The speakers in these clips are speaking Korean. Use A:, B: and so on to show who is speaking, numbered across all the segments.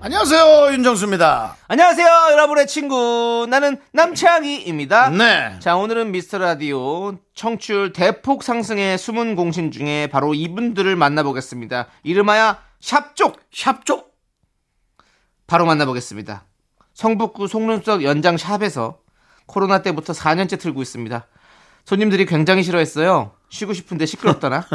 A: 안녕하세요 윤정수입니다.
B: 안녕하세요, 여러분의 친구. 나는 남창희입니다.
A: 네.
B: 자, 오늘은 미스터 라디오 청출 대폭 상승의 숨은 공신 중에 바로 이분들을 만나보겠습니다. 이름하여 샵쪽!
A: 샵쪽
B: 바로 만나보겠습니다. 성북구 송릉석 연장 샵에서 코로나 때부터 4년째 틀고 있습니다. 손님들이 굉장히 싫어했어요. 쉬고 싶은데 시끄럽다나?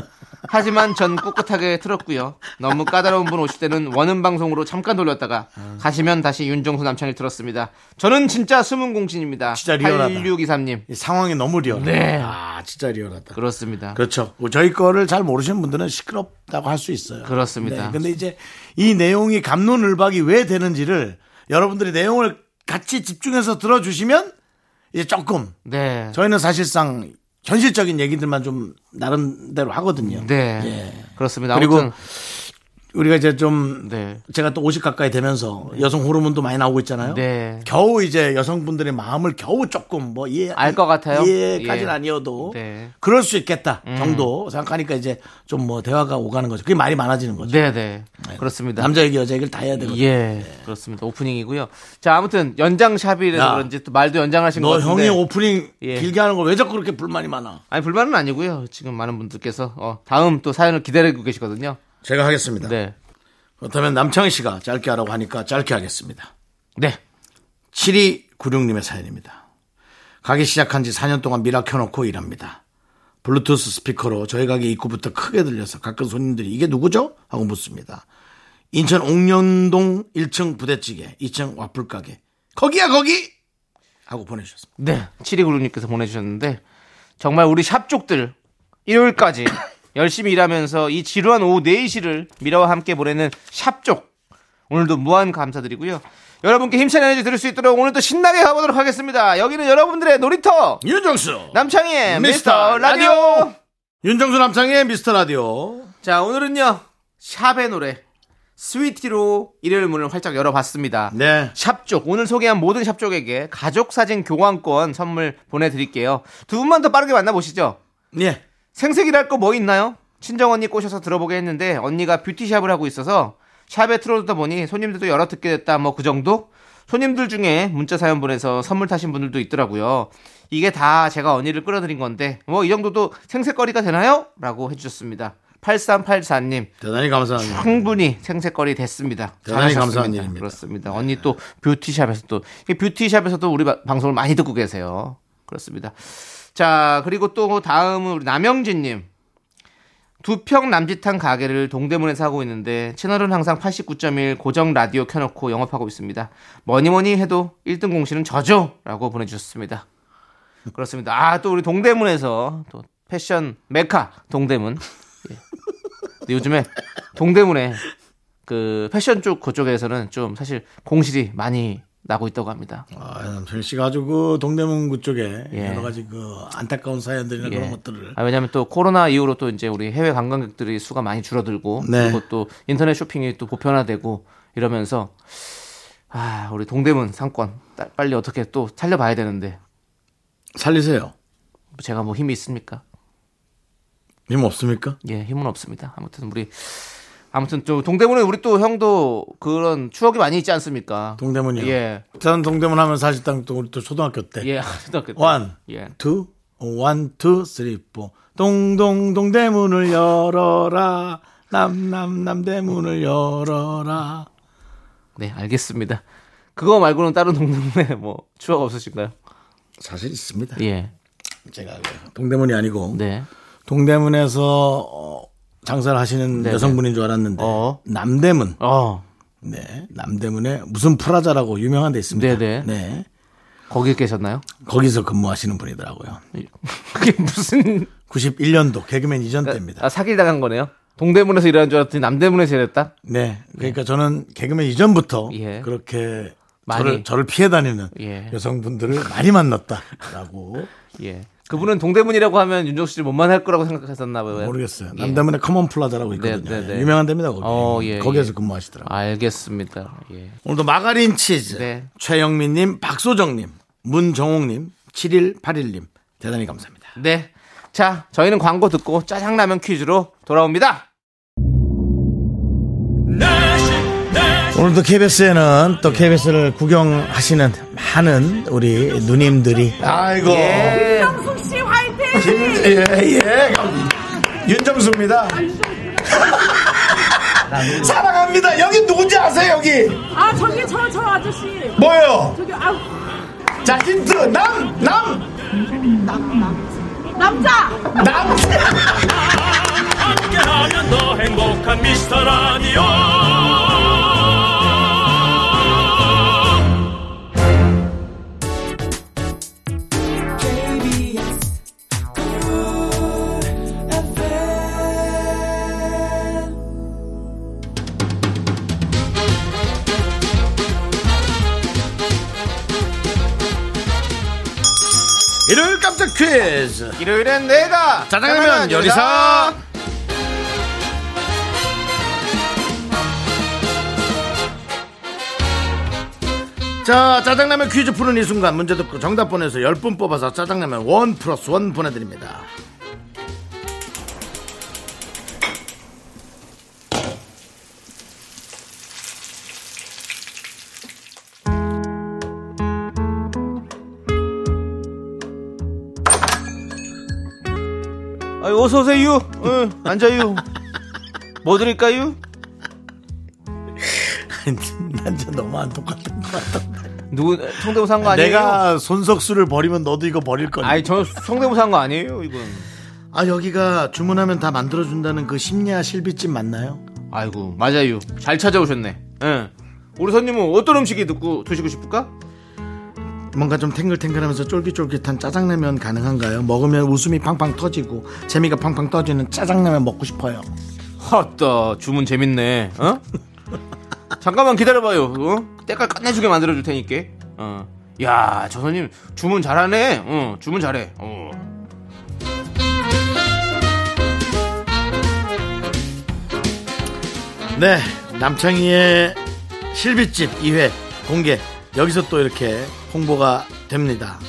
B: 하지만 전 꿋꿋하게 틀었고요. 너무 까다로운 분 오실 때는 원음 방송으로 잠깐 돌렸다가 가시면 다시 윤정수 남창이 들었습니다. 저는 진짜 숨은 공신입니다.
A: 진짜 리얼하다.
B: 8623님.
A: 이 상황이 너무 리얼해.
B: 네.
A: 아 진짜 리얼하다.
B: 그렇습니다.
A: 그렇죠. 저희 거를 잘 모르시는 분들은 시끄럽다고 할 수 있어요.
B: 그렇습니다.
A: 네, 근데 이제 이 내용이 감론을박이 왜 되는지를 여러분들이 내용을 같이 집중해서 들어주시면 이제 조금
B: 네.
A: 저희는 사실상 현실적인 얘기들만 좀 나름대로 하거든요.
B: 네.
A: 예.
B: 그렇습니다.
A: 그리고
B: 아무튼
A: 우리가 이제 좀
B: 네.
A: 제가 또 50 가까이 되면서 여성 호르몬도 많이 나오고 있잖아요.
B: 네.
A: 겨우 이제 여성분들의 마음을 겨우 조금 뭐 이해
B: 알것 같아요?
A: 이해까지는
B: 예.
A: 아니어도
B: 네. 음.
A: 그럴 수 있겠다 정도 생각하니까 이제 좀 뭐 대화가 오가는 거죠. 그게 말이 많아지는 거죠.
B: 네, 네. 그렇습니다.
A: 남자 얘기 여자 얘기를 다 해야 되거든요.
B: 예, 그렇습니다. 오프닝이고요. 자, 아무튼 연장샵이라서
A: 야.
B: 그런지 또 말도 연장하신 것
A: 너
B: 같은데.
A: 형이 오프닝
B: 예.
A: 길게 하는 걸 왜 자꾸 그렇게 불만이 많아?
B: 아니 불만은 아니고요. 지금 많은 분들께서 어, 다음 또 사연을 기다리고 계시거든요.
A: 제가 하겠습니다.
B: 네,
A: 그렇다면 남창희 씨가 짧게 하라고 하니까 짧게 하겠습니다.
B: 네,
A: 7296님의 사연입니다. 가게 시작한 지 4년 동안 미라 켜놓고 일합니다. 블루투스 스피커로 저희 가게 입구부터 크게 들려서 가끔 손님들이 이게 누구죠? 하고 묻습니다. 인천 옥년동 1층 부대찌개, 2층 와플 가게. 거기야 거기! 하고 보내주셨습니다.
B: 네. 7296님께서 보내주셨는데 정말 우리 샵쪽들 일요일까지 열심히 일하면서 이 지루한 오후 4시를 미라와 함께 보내는 샵쪽 오늘도 무한 감사드리고요. 여러분께 힘찬 에너지 들을 수 있도록 오늘도 신나게 가보도록 하겠습니다. 여기는 여러분들의 놀이터
A: 윤정수!
B: 남창희의
A: 미스터
B: 미스터 라디오.
A: 윤정수 남창의 미스터 라디오.
B: 자, 오늘은요. 샵의 노래 스위티로 일요일 문을 활짝 열어봤습니다.
A: 네.
B: 샵쪽 오늘 소개한 모든 샵쪽에게 가족 사진 교환권 선물 보내드릴게요. 두 분만 더 빠르게 만나보시죠.
A: 예.
B: 생색이랄 거 뭐 있나요? 친정 언니 꼬셔서 들어보게 했는데 언니가 뷰티샵을 하고 있어서 샵에 틀어놓다 보니 손님들도 열어 듣게 됐다 뭐 그 정도? 손님들 중에 문자 사연 보내서 선물 타신 분들도 있더라고요. 이게 다 제가 언니를 끌어들인 건데 뭐 이 정도도 생색거리가 되나요? 라고 해주셨습니다. 8384님
A: 대단히 감사합니다.
B: 충분히 생색거리 됐습니다.
A: 대단히
B: 잘하셨습니다. 네,
A: 감사한 일입니다.
B: 그렇습니다. 언니 또 뷰티샵에서 또 이 뷰티샵에서도 우리 바- 방송을 많이 듣고 계세요. 그렇습니다. 자 그리고 또 다음은 우리 남영진님 두 평 남짓한 가게를 동대문에서 하고 있는데 채널은 항상 89.1 고정 라디오 켜놓고 영업하고 있습니다. 뭐니 뭐니 해도 1등 공신은 저죠라고 보내주셨습니다. 그렇습니다. 아 또 우리 동대문에서 또 패션 메카 동대문. 예. 근데 요즘에 동대문에 그 패션 쪽 그쪽에서는 좀 사실 공실이 많이 나고 있다고 합니다.
A: 아, 남창희 씨가 아주 그 동대문구 쪽에
B: 예.
A: 여러 가지 그 안타까운 사연들이나
B: 예.
A: 그런 것들을
B: 아, 왜냐하면 또 코로나 이후로 또 이제 우리 해외 관광객들이 수가 많이 줄어들고
A: 네.
B: 그리고 또 인터넷 쇼핑이 또 보편화되고 이러면서 아 우리 동대문 상권 따- 빨리 어떻게 또 살려봐야 되는데
A: 살리세요.
B: 제가 뭐 힘이 있습니까?
A: 힘 없습니까?
B: 예 힘은 없습니다. 아무튼 우리 아무튼 또 동대문에 우리 또 형도 그런 추억이 많이 있지 않습니까?
A: 동대문이요. 네.
B: 예.
A: 저는 동대문 하면 사실상 또 우리 또 초등학교 때
B: 예, 초등학교 때.
A: 원,
B: 예.
A: 투, 원, 투, 쓰리, 포 동동 동대문을 열어라 남남 남대문을 열어라
B: 네, 알겠습니다. 그거 말고는 다른 동네에 뭐 추억 없으신가요?
A: 사실 있습니다.
B: 예.
A: 제가 그 동대문이 아니고
B: 네.
A: 동대문에서 어, 장사를 하시는
B: 네네.
A: 여성분인 줄 알았는데
B: 어.
A: 남대문
B: 어,
A: 네 남대문에 무슨 프라자라고 유명한 데 있습니다.
B: 네네.
A: 네
B: 거기 계셨나요?
A: 거기서 근무하시는 분이더라고요.
B: 그게 무슨
A: 91년도 개그맨 이전 때입니다.
B: 그러니까 아, 사기를 당한 거네요. 동대문에서 일하는 줄 알았더니 남대문에서 일했다?
A: 네. 그러니까 저는 개그맨 이전부터
B: 예.
A: 그렇게
B: 많이.
A: 저를, 저를 피해 다니는
B: 예.
A: 여성분들을 많이 만났다라고
B: 예. 그분은 동대문이라고 하면 윤종수 씨를 못만 할 거라고 생각했었나 봐요.
A: 모르겠어요.
B: 예.
A: 남대문에 커먼 플라자라고 있거든요.
B: 네, 네, 네.
A: 유명한 데입니다. 거기.
B: 어, 예,
A: 거기에서
B: 예.
A: 근무하시더라고요.
B: 알겠습니다. 예.
A: 오늘도 마가린 치즈
B: 네.
A: 최영민님, 박소정님, 문정옥님, 7181님 대단히 감사합니다.
B: 네. 자, 저희는 광고 듣고 짜장라면 퀴즈로 돌아옵니다.
C: 내식 내식
A: 오늘도 KBS에는 또 KBS를 구경하시는 많은 우리 누님들이 아이고
B: 예.
D: 씨 화이팅!
A: 예, 예. 윤정수입니다. 사랑합니다. 여기 누군지 아세요? 여기
D: 아 저기 저 저 아저씨
A: 뭐요?
D: 저기 아
A: 자 힌트 남남
D: 남자
A: 남.
C: 함께하면 더 행복한 미스터 라디오
A: 일요일 깜짝 퀴즈.
B: 일요일엔 내가
A: 짜장라면 요리사. 자 짜장라면 퀴즈 푸는 이 순간 문제 듣고 정답 보내서 10분 뽑아서 짜장라면 원 플러스 원 보내드립니다
B: 아, 어서 오세요. 응, 앉아요. 뭐 드릴까요?
A: 난 진짜 너무 안 똑같은 것 같아
B: 누구 성대모사 한거 아니에요?
A: 내가 손석수를 버리면 너도 이거 버릴 거니
B: 아니, 저 성대모사 한거 아니에요, 이건.
A: 아 여기가 주문하면 다 만들어준다는 그 심야 실비집 맞나요?
B: 아이고, 맞아요. 잘 찾아오셨네. 응. 우리 손님은 어떤 음식이 듣고 드시고 싶을까?
A: 뭔가 좀 탱글탱글하면서 쫄깃쫄깃한 짜장라면 가능한가요? 먹으면 웃음이 팡팡 터지고 재미가 팡팡 터지는 짜장라면 먹고 싶어요
B: 헛다 주문 재밌네. 어? 잠깐만 기다려봐요. 어? 때깔 끝내주게 만들어줄 테니까. 어. 야, 저 손님 주문 잘하네. 어, 주문 잘해. 어.
A: 네 남창희의 실비집 2회 공개 여기서 또 이렇게 홍보가 됩니다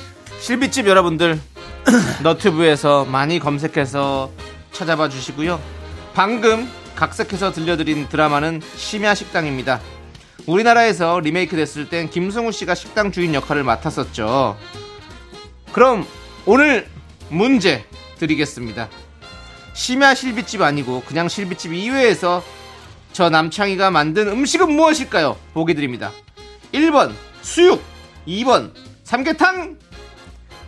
B: 실비집 여러분들 너튜브에서 많이 검색해서 찾아봐 주시고요. 방금 각색해서 들려드린 드라마는 심야 식당입니다. 우리나라에서 리메이크 됐을 땐 김승우 씨가 식당 주인 역할을 맡았었죠. 그럼 오늘 문제 드리겠습니다. 심야 실비집 아니고 그냥 실비집 이외에서 저 남창희가 만든 음식은 무엇일까요? 보기 드립니다. 1번 수육, 2번 삼계탕,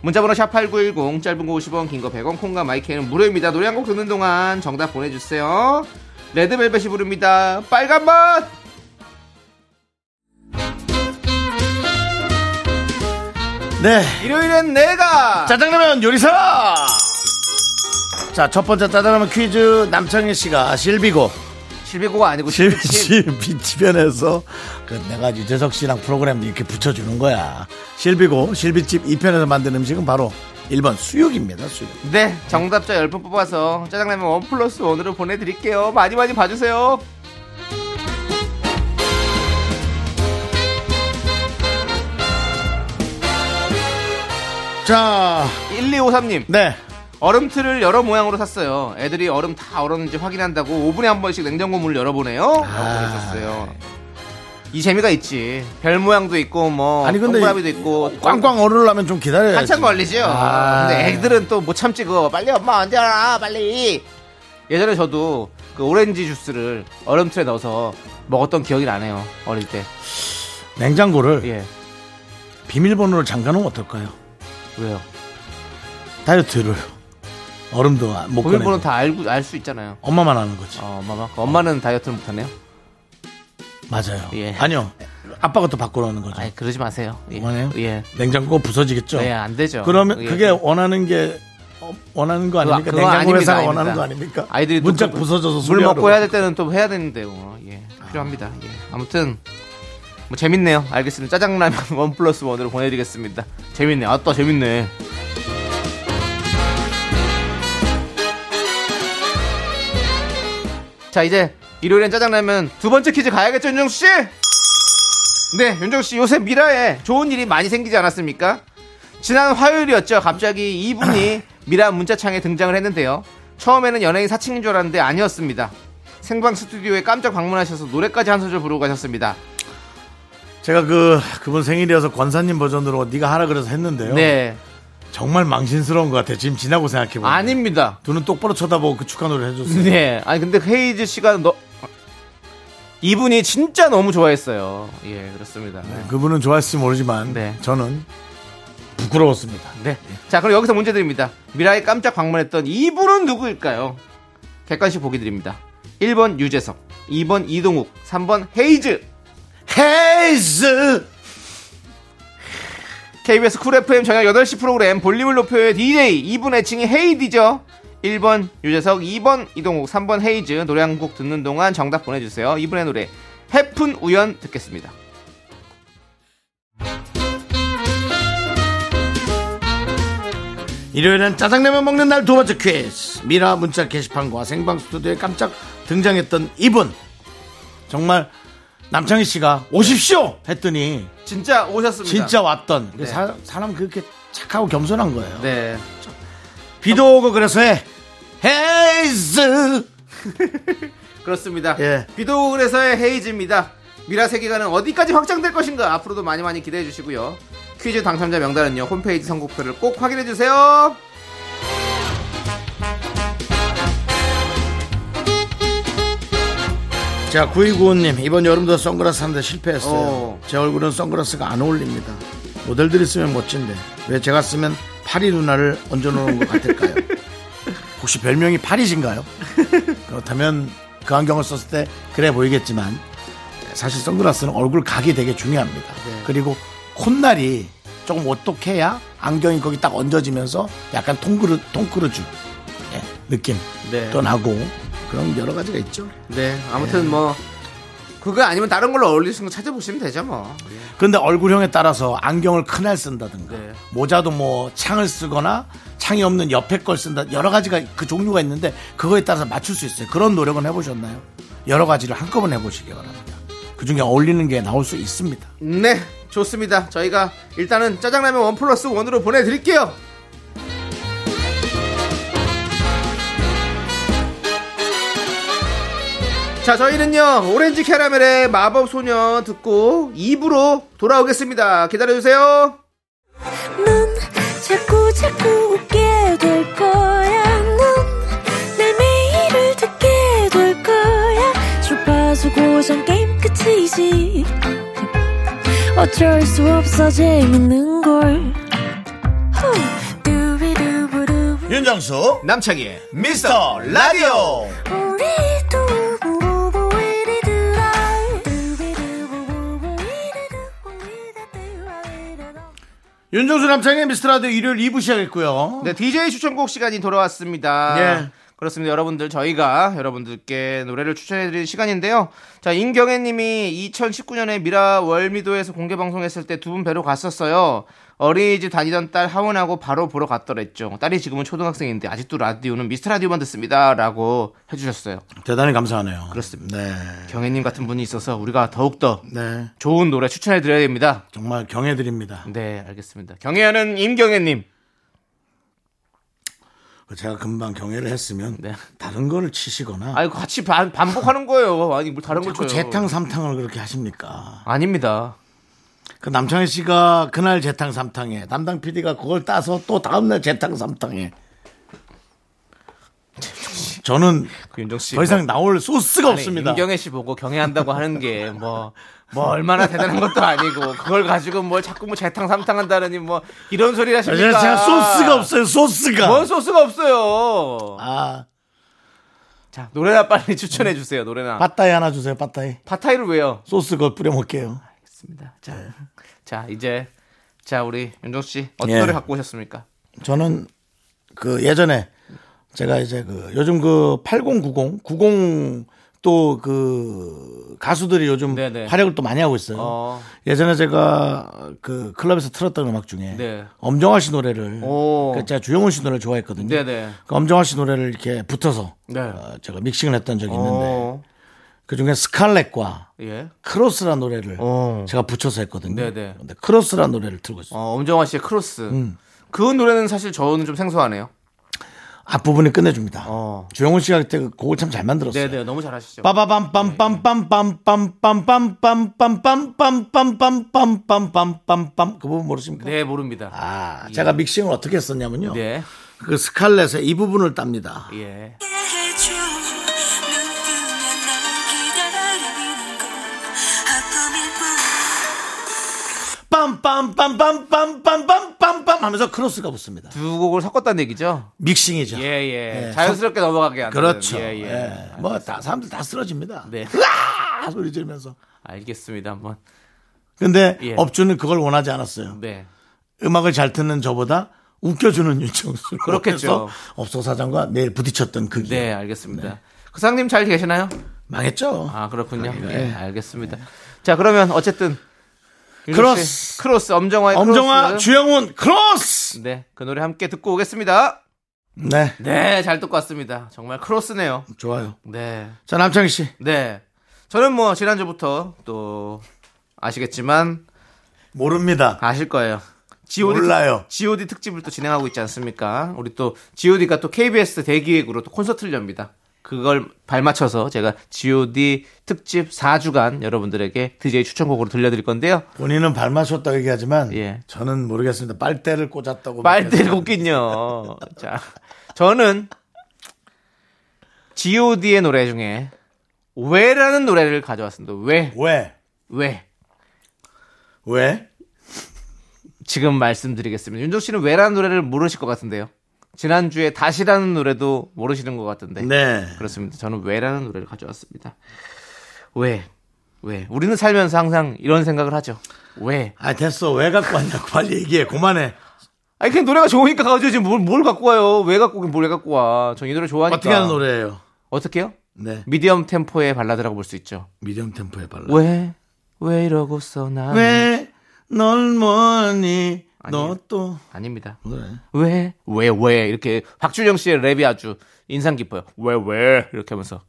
B: 문자번호 샵8910 짧은 거 50원 긴 거 100원 콩과 마이크는 무료입니다 노래 한 곡 듣는 동안 정답 보내주세요 레드벨벳이 부릅니다 빨간 맛
A: 네
B: 일요일엔 내가
A: 짜장라면 요리사! 자, 첫 번째 짜장라면 퀴즈 남창희 씨가 실비고
B: 실비고가 아니고
A: 실비
B: 실비집.
A: 실비 주변에서 그 내가 유재석 씨랑 프로그램 이렇게 붙여주는 거야. 실비고 실비집 2편에서 만든 음식은 바로 1번 수육입니다. 수육.
B: 네 정답자 10분 뽑아서 짜장라면 원 플러스 원으로 보내드릴게요 많이 많이 봐주세요
A: 자,
B: 1253님
A: 네.
B: 얼음틀을 여러 모양으로 샀어요 애들이 얼음 다 얼었는지 확인한다고 5분에 한 번씩 냉장고 문을 열어보네요 라고
A: 아,
B: 보내셨어요
A: 네.
B: 이 재미가 있지 별 모양도 있고 뭐
A: 아니 근데
B: 동그라미도 있고
A: 꽝꽝 얼으려면 좀 네, 기다려야지.
B: 한참 걸리죠.
A: 아.
B: 근데 애들은 또 못 참지 그거. 빨리 엄마 언제 와라 빨리. 예전에 저도 그 오렌지 주스를 얼음틀에 넣어서 먹었던 기억이 나네요. 어릴 때.
A: 냉장고를
B: 예.
A: 비밀번호를 잠가 놓으면 어떨까요?
B: 왜요?
A: 다이어트를 얼음도 못 꺼내.
B: 보면보는 다 알고 알 수 있잖아요.
A: 엄마만 아는 거지.
B: 어, 엄마만. 엄마는 다이어트를 못 하네요.
A: 맞아요.
B: 예.
A: 아니요. 아빠가 또 바꾸라는 거죠.
B: 아니, 그러지 마세요. 예.
A: 그만해요?
B: 예.
A: 냉장고가 부서지겠죠.
B: 네, 안 되죠.
A: 그러면
B: 예.
A: 그게 원하는 게 원하는 거 아닙니까?
B: 그거
A: 냉장고
B: 아닙니다,
A: 회사가
B: 아닙니다.
A: 원하는 거 아닙니까?
B: 아이들이 또
A: 그러니까. 문짝
B: 그-
A: 부서져서
B: 물
A: 수리하러
B: 먹고 해야 될 때는 또 해야 되는데요. 예, 필요합니다. 예. 아무튼 뭐 재밌네요. 알겠습니다. 짜장라면 원 플러스 원으로 보내드리겠습니다. 재밌네. 아또 재밌네. 자 이제 일요일엔 짜장라면 두 번째 퀴즈 가야겠죠 윤정수 씨? 네 윤정수 씨 요새 미라에 좋은 일이 많이 생기지 않았습니까? 지난 화요일이었죠. 갑자기 이분이 미라 문자창에 등장을 했는데요. 처음에는 연예인 사칭인 줄 알았는데 아니었습니다. 생방 스튜디오에 깜짝 방문하셔서 노래까지 한 소절 부르고 가셨습니다.
A: 제가 그 그분 생일이어서 권사님 버전으로 네가 하라 그래서 했는데요.
B: 네,
A: 정말 망신스러운 것 같아. 요 지금 지나고 생각해 보면.
B: 아닙니다.
A: 눈은 똑바로 쳐다보고 그 축하노래 해줬어요.
B: 네, 아니 근데 헤이즈 씨가 너 어? 이분이 진짜 너무 좋아했어요. 예, 그렇습니다.
A: 그분은 좋아했을지 모르지만
B: 네.
A: 저는 부끄러웠습니다.
B: 네. 자, 그럼 여기서 문제 드립니다. 미라에 깜짝 방문했던 이분은 누구일까요? 객관식 보기 드립니다. 1번 유재석, 2번 이동욱, 3번 헤이즈.
A: 헤이즈
B: KBS 쿨 FM 저녁 8시 프로그램 볼륨을 높여요 DJ 이분 애칭이 헤이디죠 1번 유재석 2번 이동욱 3번 헤이즈 노래 한 곡 듣는 동안 정답 보내주세요 이분의 노래 해픈 우연 듣겠습니다
A: 일요일엔 짜장라면 먹는 날 두 번째 퀴즈 미라 문자 게시판과 생방 스튜디오에 깜짝 등장했던 이분 정말 남창희 씨가 오십시오 했더니
B: 진짜 오셨습니다
A: 진짜 왔던
B: 네.
A: 사, 람 그렇게 착하고 겸손한 거예요.
B: 네
A: 비도 오고 그래서 해 헤이즈
B: 그렇습니다
A: 예.
B: 비도 그래서의 헤이즈입니다 미라 세계관은 어디까지 확장될 것인가 앞으로도 많이 많이 기대해 주시고요 퀴즈 당첨자 명단은요 홈페이지 선곡표를 꼭 확인해 주세요
A: 자, 9295님, 이번 여름도 선글라스 하는데 실패했어요.
B: 어.
A: 제 얼굴은 선글라스가 안 어울립니다. 모델들이 쓰면 멋진데, 왜 제가 쓰면 파리 누나를 얹어놓은 것 같을까요? 혹시 별명이 파리신가요? 그렇다면 그 안경을 썼을 때 그래 보이겠지만, 사실 선글라스는 얼굴 각이 되게 중요합니다. 그리고 콧날이 조금 오똑해야 안경이 거기 딱 얹어지면서 약간 통그루, 통그루주 예, 느낌
B: 네.
A: 또 나고 그런 여러 가지가 있죠.
B: 네 아무튼 뭐 그거 아니면 다른 걸로 어울리시는 거 찾아보시면 되죠 뭐
A: 근데 얼굴형에 따라서 안경을 큰알 쓴다든가
B: 네.
A: 모자도 뭐 창을 쓰거나 창이 없는 옆에 걸 쓴다 여러 가지가 그 종류가 있는데 그거에 따라서 맞출 수 있어요. 그런 노력은 해보셨나요? 여러 가지를 한꺼번에 해보시기 바랍니다. 그 중에 어울리는 게 나올 수 있습니다.
B: 네, 좋습니다. 저희가 일단은 짜장라면 원 플러스 원으로 보내드릴게요. 자, 저희는요, 오렌지 캐러멜의 마법 소녀 듣고 2부로 돌아오겠습니다. 기다려주세요.
E: 넌 자꾸 자꾸 웃게 될 거야. 넌내 매일을 듣게 될 거야. 주파수 고정 게임 끝이지. 어쩔 수 없어 재밌는 걸. 후. 두비두부두.
A: 윤정수
B: 남창희의
A: 미스터 라디오
E: 우리 두부부부 우리들아. 두비두부부부 우리들아. 우리들아. 우리들아.
A: 윤정수 남창의 미스터 라디오 일요일 2부 시작했고요.
B: 네, DJ 추천곡 시간이 돌아왔습니다.
A: 예.
B: 그렇습니다. 여러분들, 저희가 여러분들께 노래를 추천해드리는 시간인데요. 자, 임경혜 님이 2019년에 미라 월미도에서 공개방송했을 때 두 분 뵈러 갔었어요. 어린이집 다니던 딸 하원하고 바로 보러 갔더랬죠. 딸이 지금은 초등학생인데 아직도 라디오는 미스터 라디오만 듣습니다. 라고 해주셨어요.
A: 대단히 감사하네요.
B: 그렇습니다.
A: 네.
B: 경혜 님 같은 분이 있어서 우리가 더욱더
A: 네.
B: 좋은 노래 추천해드려야 됩니다.
A: 정말 경애드립니다.
B: 네, 알겠습니다. 경혜하는 임경혜 님.
A: 그 제가 금방 경애를 했으면
B: 네.
A: 다른 거를 치시거나
B: 아이고, 같이 반, 반복하는 거예요. 아니, 뭐 다른 걸
A: 자꾸
B: 쳐요.
A: 재탕 삼탕을 그렇게 하십니까?
B: 아닙니다.
A: 그 남창희 씨가 그날 재탕 삼탕에 담당 PD가 그걸 따서 또 다음날 재탕 삼탕에 저는
B: 그 윤정 씨. 뭐
A: 더 이상 나올 소스가
B: 아니,
A: 없습니다.
B: 임경애 씨 보고 경애한다고 하는 게 뭐 뭐 얼마나 대단한 것도 아니고 그걸 가지고 뭘 자꾸 뭐 재탕 삼탕 한다느니 뭐 이런 소리 를
A: 제가,
B: 하십니까?
A: 제가 소스가 없어요. 소스가.
B: 뭔 소스가 없어요.
A: 아,
B: 자 노래나 빨리 추천해 주세요. 노래나.
A: 빠따이 하나 주세요. 빠따이.
B: 바타이를 왜요?
A: 소스 그거 뿌려 먹게요.
B: 좋습니다. 자, 자 이제 자 우리 윤정 씨 어떤
A: 예.
B: 노래 갖고 오셨습니까?
A: 저는 그 예전에 제가 이제 그 요즘 그 8090, 90 또 그 가수들이 요즘
B: 네네.
A: 활약을 또 많이 하고 있어요.
B: 어.
A: 예전에 제가 그 클럽에서 틀었던 음악 중에
B: 네.
A: 엄정화 씨 노래를
B: 오.
A: 그 제가 주영훈 씨 노래를 좋아했거든요.
B: 네네.
A: 그 엄정화 씨 노래를 이렇게 붙어서
B: 네.
A: 어, 제가 믹싱을 했던 적이 있는데
B: 어.
A: 그 중에 스칼렛과
B: 예.
A: 크로스라는 노래를
B: 어.
A: 제가 붙여서 했거든요.
B: 네네.
A: 근데 크로스라는 노래를 틀고 있어요.
B: 어, 엄정화 씨의 크로스.
A: 음.
B: 그 노래는 사실 저는 좀 생소하네요.
A: 앞부분이 끝내줍니다.
B: 어.
A: 주영훈 씨가 그때 그 곡을 참 잘 만들었어요.
B: 네네, 너무 잘하시죠.
A: 빠바밤빰빰빰빰빰빰빰빰빰빰빰빰빰빰빰빰빰빰빰빰빰빰빰빰빰 그 부분 모르십니까?
B: 네, 모릅니다.
A: 아, 제가 믹싱을 어떻게 했었냐면요.
B: 네.
A: 그 스칼렛의 이 부분을 땁니다.
B: 예.
E: 해줘 눈 뜨면 날 기다리는 거 아픔일 뿐
A: 빰빰빰빰빰빰빰빰빰 하면서 크로스가 붙습니다.
B: 두 곡을 섞었다는 얘기죠?
A: 믹싱이죠.
B: 예, 예.
A: 예,
B: 자연스럽게 넘어가게 하는.
A: 그렇죠.
B: 예, 예.
A: 뭐 다 사람들 다 쓰러집니다.
B: 네.
A: 아, 소리 지르면서.
B: 알겠습니다. 한번.
A: 근데
B: 예.
A: 업주는 그걸 원하지 않았어요.
B: 네.
A: 음악을 잘 듣는 저보다 웃겨주는 윤정수.
B: 그렇겠죠.
A: 업소 사장과 매일 부딪혔던 그게
B: 네, 알겠습니다. 그 상님 잘 계시나요?
A: 망했죠.
B: 아, 그렇군요. 예, 알겠습니다. 자, 그러면 어쨌든 윤호 씨,
A: 크로스.
B: 크로스 엄정화의
A: 엄정화,
B: 네, 크로스.
A: 주영훈, 크로스.
B: 네, 그 노래 함께 듣고 오겠습니다.
A: 네,
B: 네, 잘 듣고 왔습니다. 정말 크로스네요.
A: 좋아요.
B: 네.
A: 자 남창희 씨,
B: 네. 저는 뭐 지난주부터 또 아시겠지만
A: 모릅니다.
B: 아실 거예요. GOD
A: 몰라요.
B: GOD 특집을 또 진행하고 있지 않습니까? 우리 또 GOD가 또 KBS 대기획으로 또 콘서트를 엽니다. 그걸 발맞춰서 제가 GOD 특집 4주간 여러분들에게 DJ 추천곡으로 들려드릴 건데요.
A: 본인은 발맞췄다 고 얘기하지만
B: 예.
A: 저는 모르겠습니다. 빨대를 꽂았다고.
B: 빨대를
A: 얘기하죠.
B: 꽂긴요. 자, 저는 GOD의 노래 중에 왜라는 노래를 가져왔습니다. 왜?
A: 왜?
B: 왜?
A: 왜?
B: 지금 말씀드리겠습니다. 윤종 씨는 왜라는 노래를 모르실 것 같은데요. 지난주에 다시라는 노래도 모르시는 것 같은데.
A: 네.
B: 그렇습니다. 저는 왜라는 노래를 가져왔습니다. 왜? 왜? 우리는 살면서 항상 이런 생각을 하죠. 왜?
A: 아 됐어. 왜 갖고 왔냐고 빨리 얘기해. 그만해.
B: 아니 그냥 노래가 좋으니까 가져오지 지금 뭘 갖고 와요? 왜 갖고 오긴 뭘 갖고 와? 전 이 노래 좋아하니까.
A: 어떻게 하는 노래예요?
B: 어떻게요?
A: 네.
B: 미디엄 템포의 발라드라고 볼 수 있죠.
A: 미디엄 템포의 발라.
B: 왜? 왜 이러고서 나?
A: 왜 널 뭐니? 너
B: 아니에요.
A: 또.
B: 아닙니다.
A: 그래.
B: 왜? 왜? 왜? 이렇게 박준영 씨의 랩이 아주 인상 깊어요. 왜? 왜? 이렇게 하면서.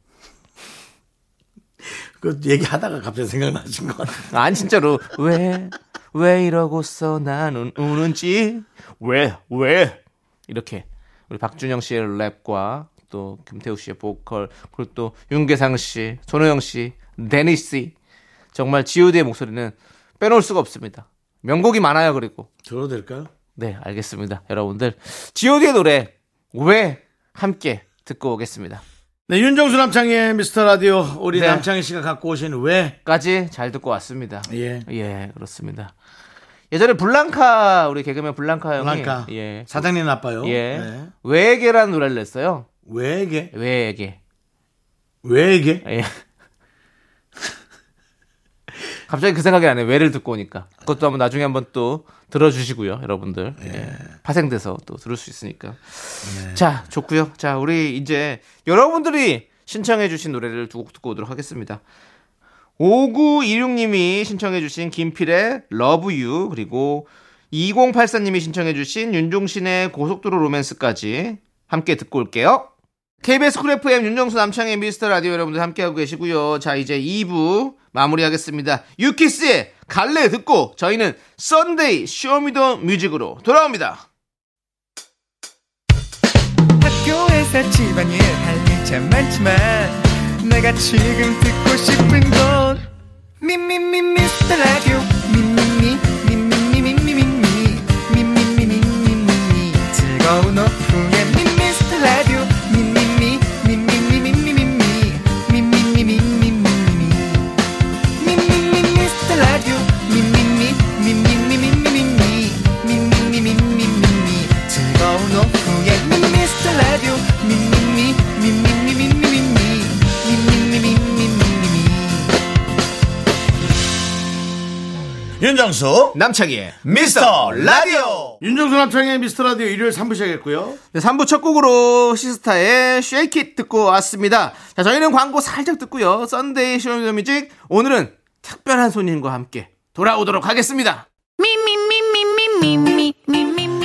A: 그 얘기하다가 갑자기 생각나신 것 같아요.
B: 아니 진짜로 왜? 왜 이러고서 나는 우는지 왜? 왜? 이렇게 우리 박준영 씨의 랩과 또 김태우 씨의 보컬 그리고 또 윤계상 씨, 손호영 씨, 데니 씨 정말 지우디의 목소리는 빼놓을 수가 없습니다. 명곡이 많아요 그리고
A: 들어도 될까요?
B: 네, 알겠습니다. 여러분들, GOD의 노래, 왜 함께 듣고 오겠습니다.
A: 네, 윤정수 남창희의 미스터 라디오. 우리
B: 네.
A: 남창희 씨가 갖고 오신 왜?
B: 까지 잘 듣고 왔습니다.
A: 예.
B: 예, 그렇습니다. 예전에 블랑카, 우리 개그맨 블랑카 형이.
A: 그러니까
B: 예.
A: 사장님 나빠요.
B: 예.
A: 네.
B: 외계라는 노래를 냈어요.
A: 왜게?
B: 외계.
A: 왜게?
B: 예. 갑자기 그 생각이 나네요. 외를 듣고 오니까. 그것도 한번 나중에 한번 또 들어주시고요, 여러분들. 예. 파생돼서 또 들을 수 있으니까. 자, 좋고요. 자, 우리 이제 여러분들이 신청해주신 노래를 두 곡 듣고 오도록 하겠습니다. 5926님이 신청해주신 김필의 러브 유 그리고 2084님이 신청해주신 윤종신의 고속도로 로맨스까지 함께 듣고 올게요. KBS 쿨 FM 윤정수 남창의 미스터 라디오 여러분들 함께하고 계시고요. 자 이제 2부 마무리하겠습니다. 유키스의 갈래 듣고 저희는 썬데이 쇼미더 뮤직으로 돌아옵니다.
F: 학교에서 집안일 할 일 참 많지만 내가 지금 듣고 싶은 건 미미미 미스터 라디오 미미미 미미미 미미미 미미미 미미미 미미미 즐거운 오후에 미스터 라디오 미미미 미미미 미미미 미미미 미미미 미미미
G: 윤정수
B: 남창희의
G: 미스터 라디오
A: 윤정수 남창의 미스터라디오 일요일 3부 시작했고요.
B: 네, 3부 첫 곡으로 시스타의 Shake It 듣고 왔습니다. 자, 저희는 광고 살짝 듣고요. 썬데이 쇼미더 뮤직. 오늘은 특별한 손님과 함께 돌아오도록 하겠습니다.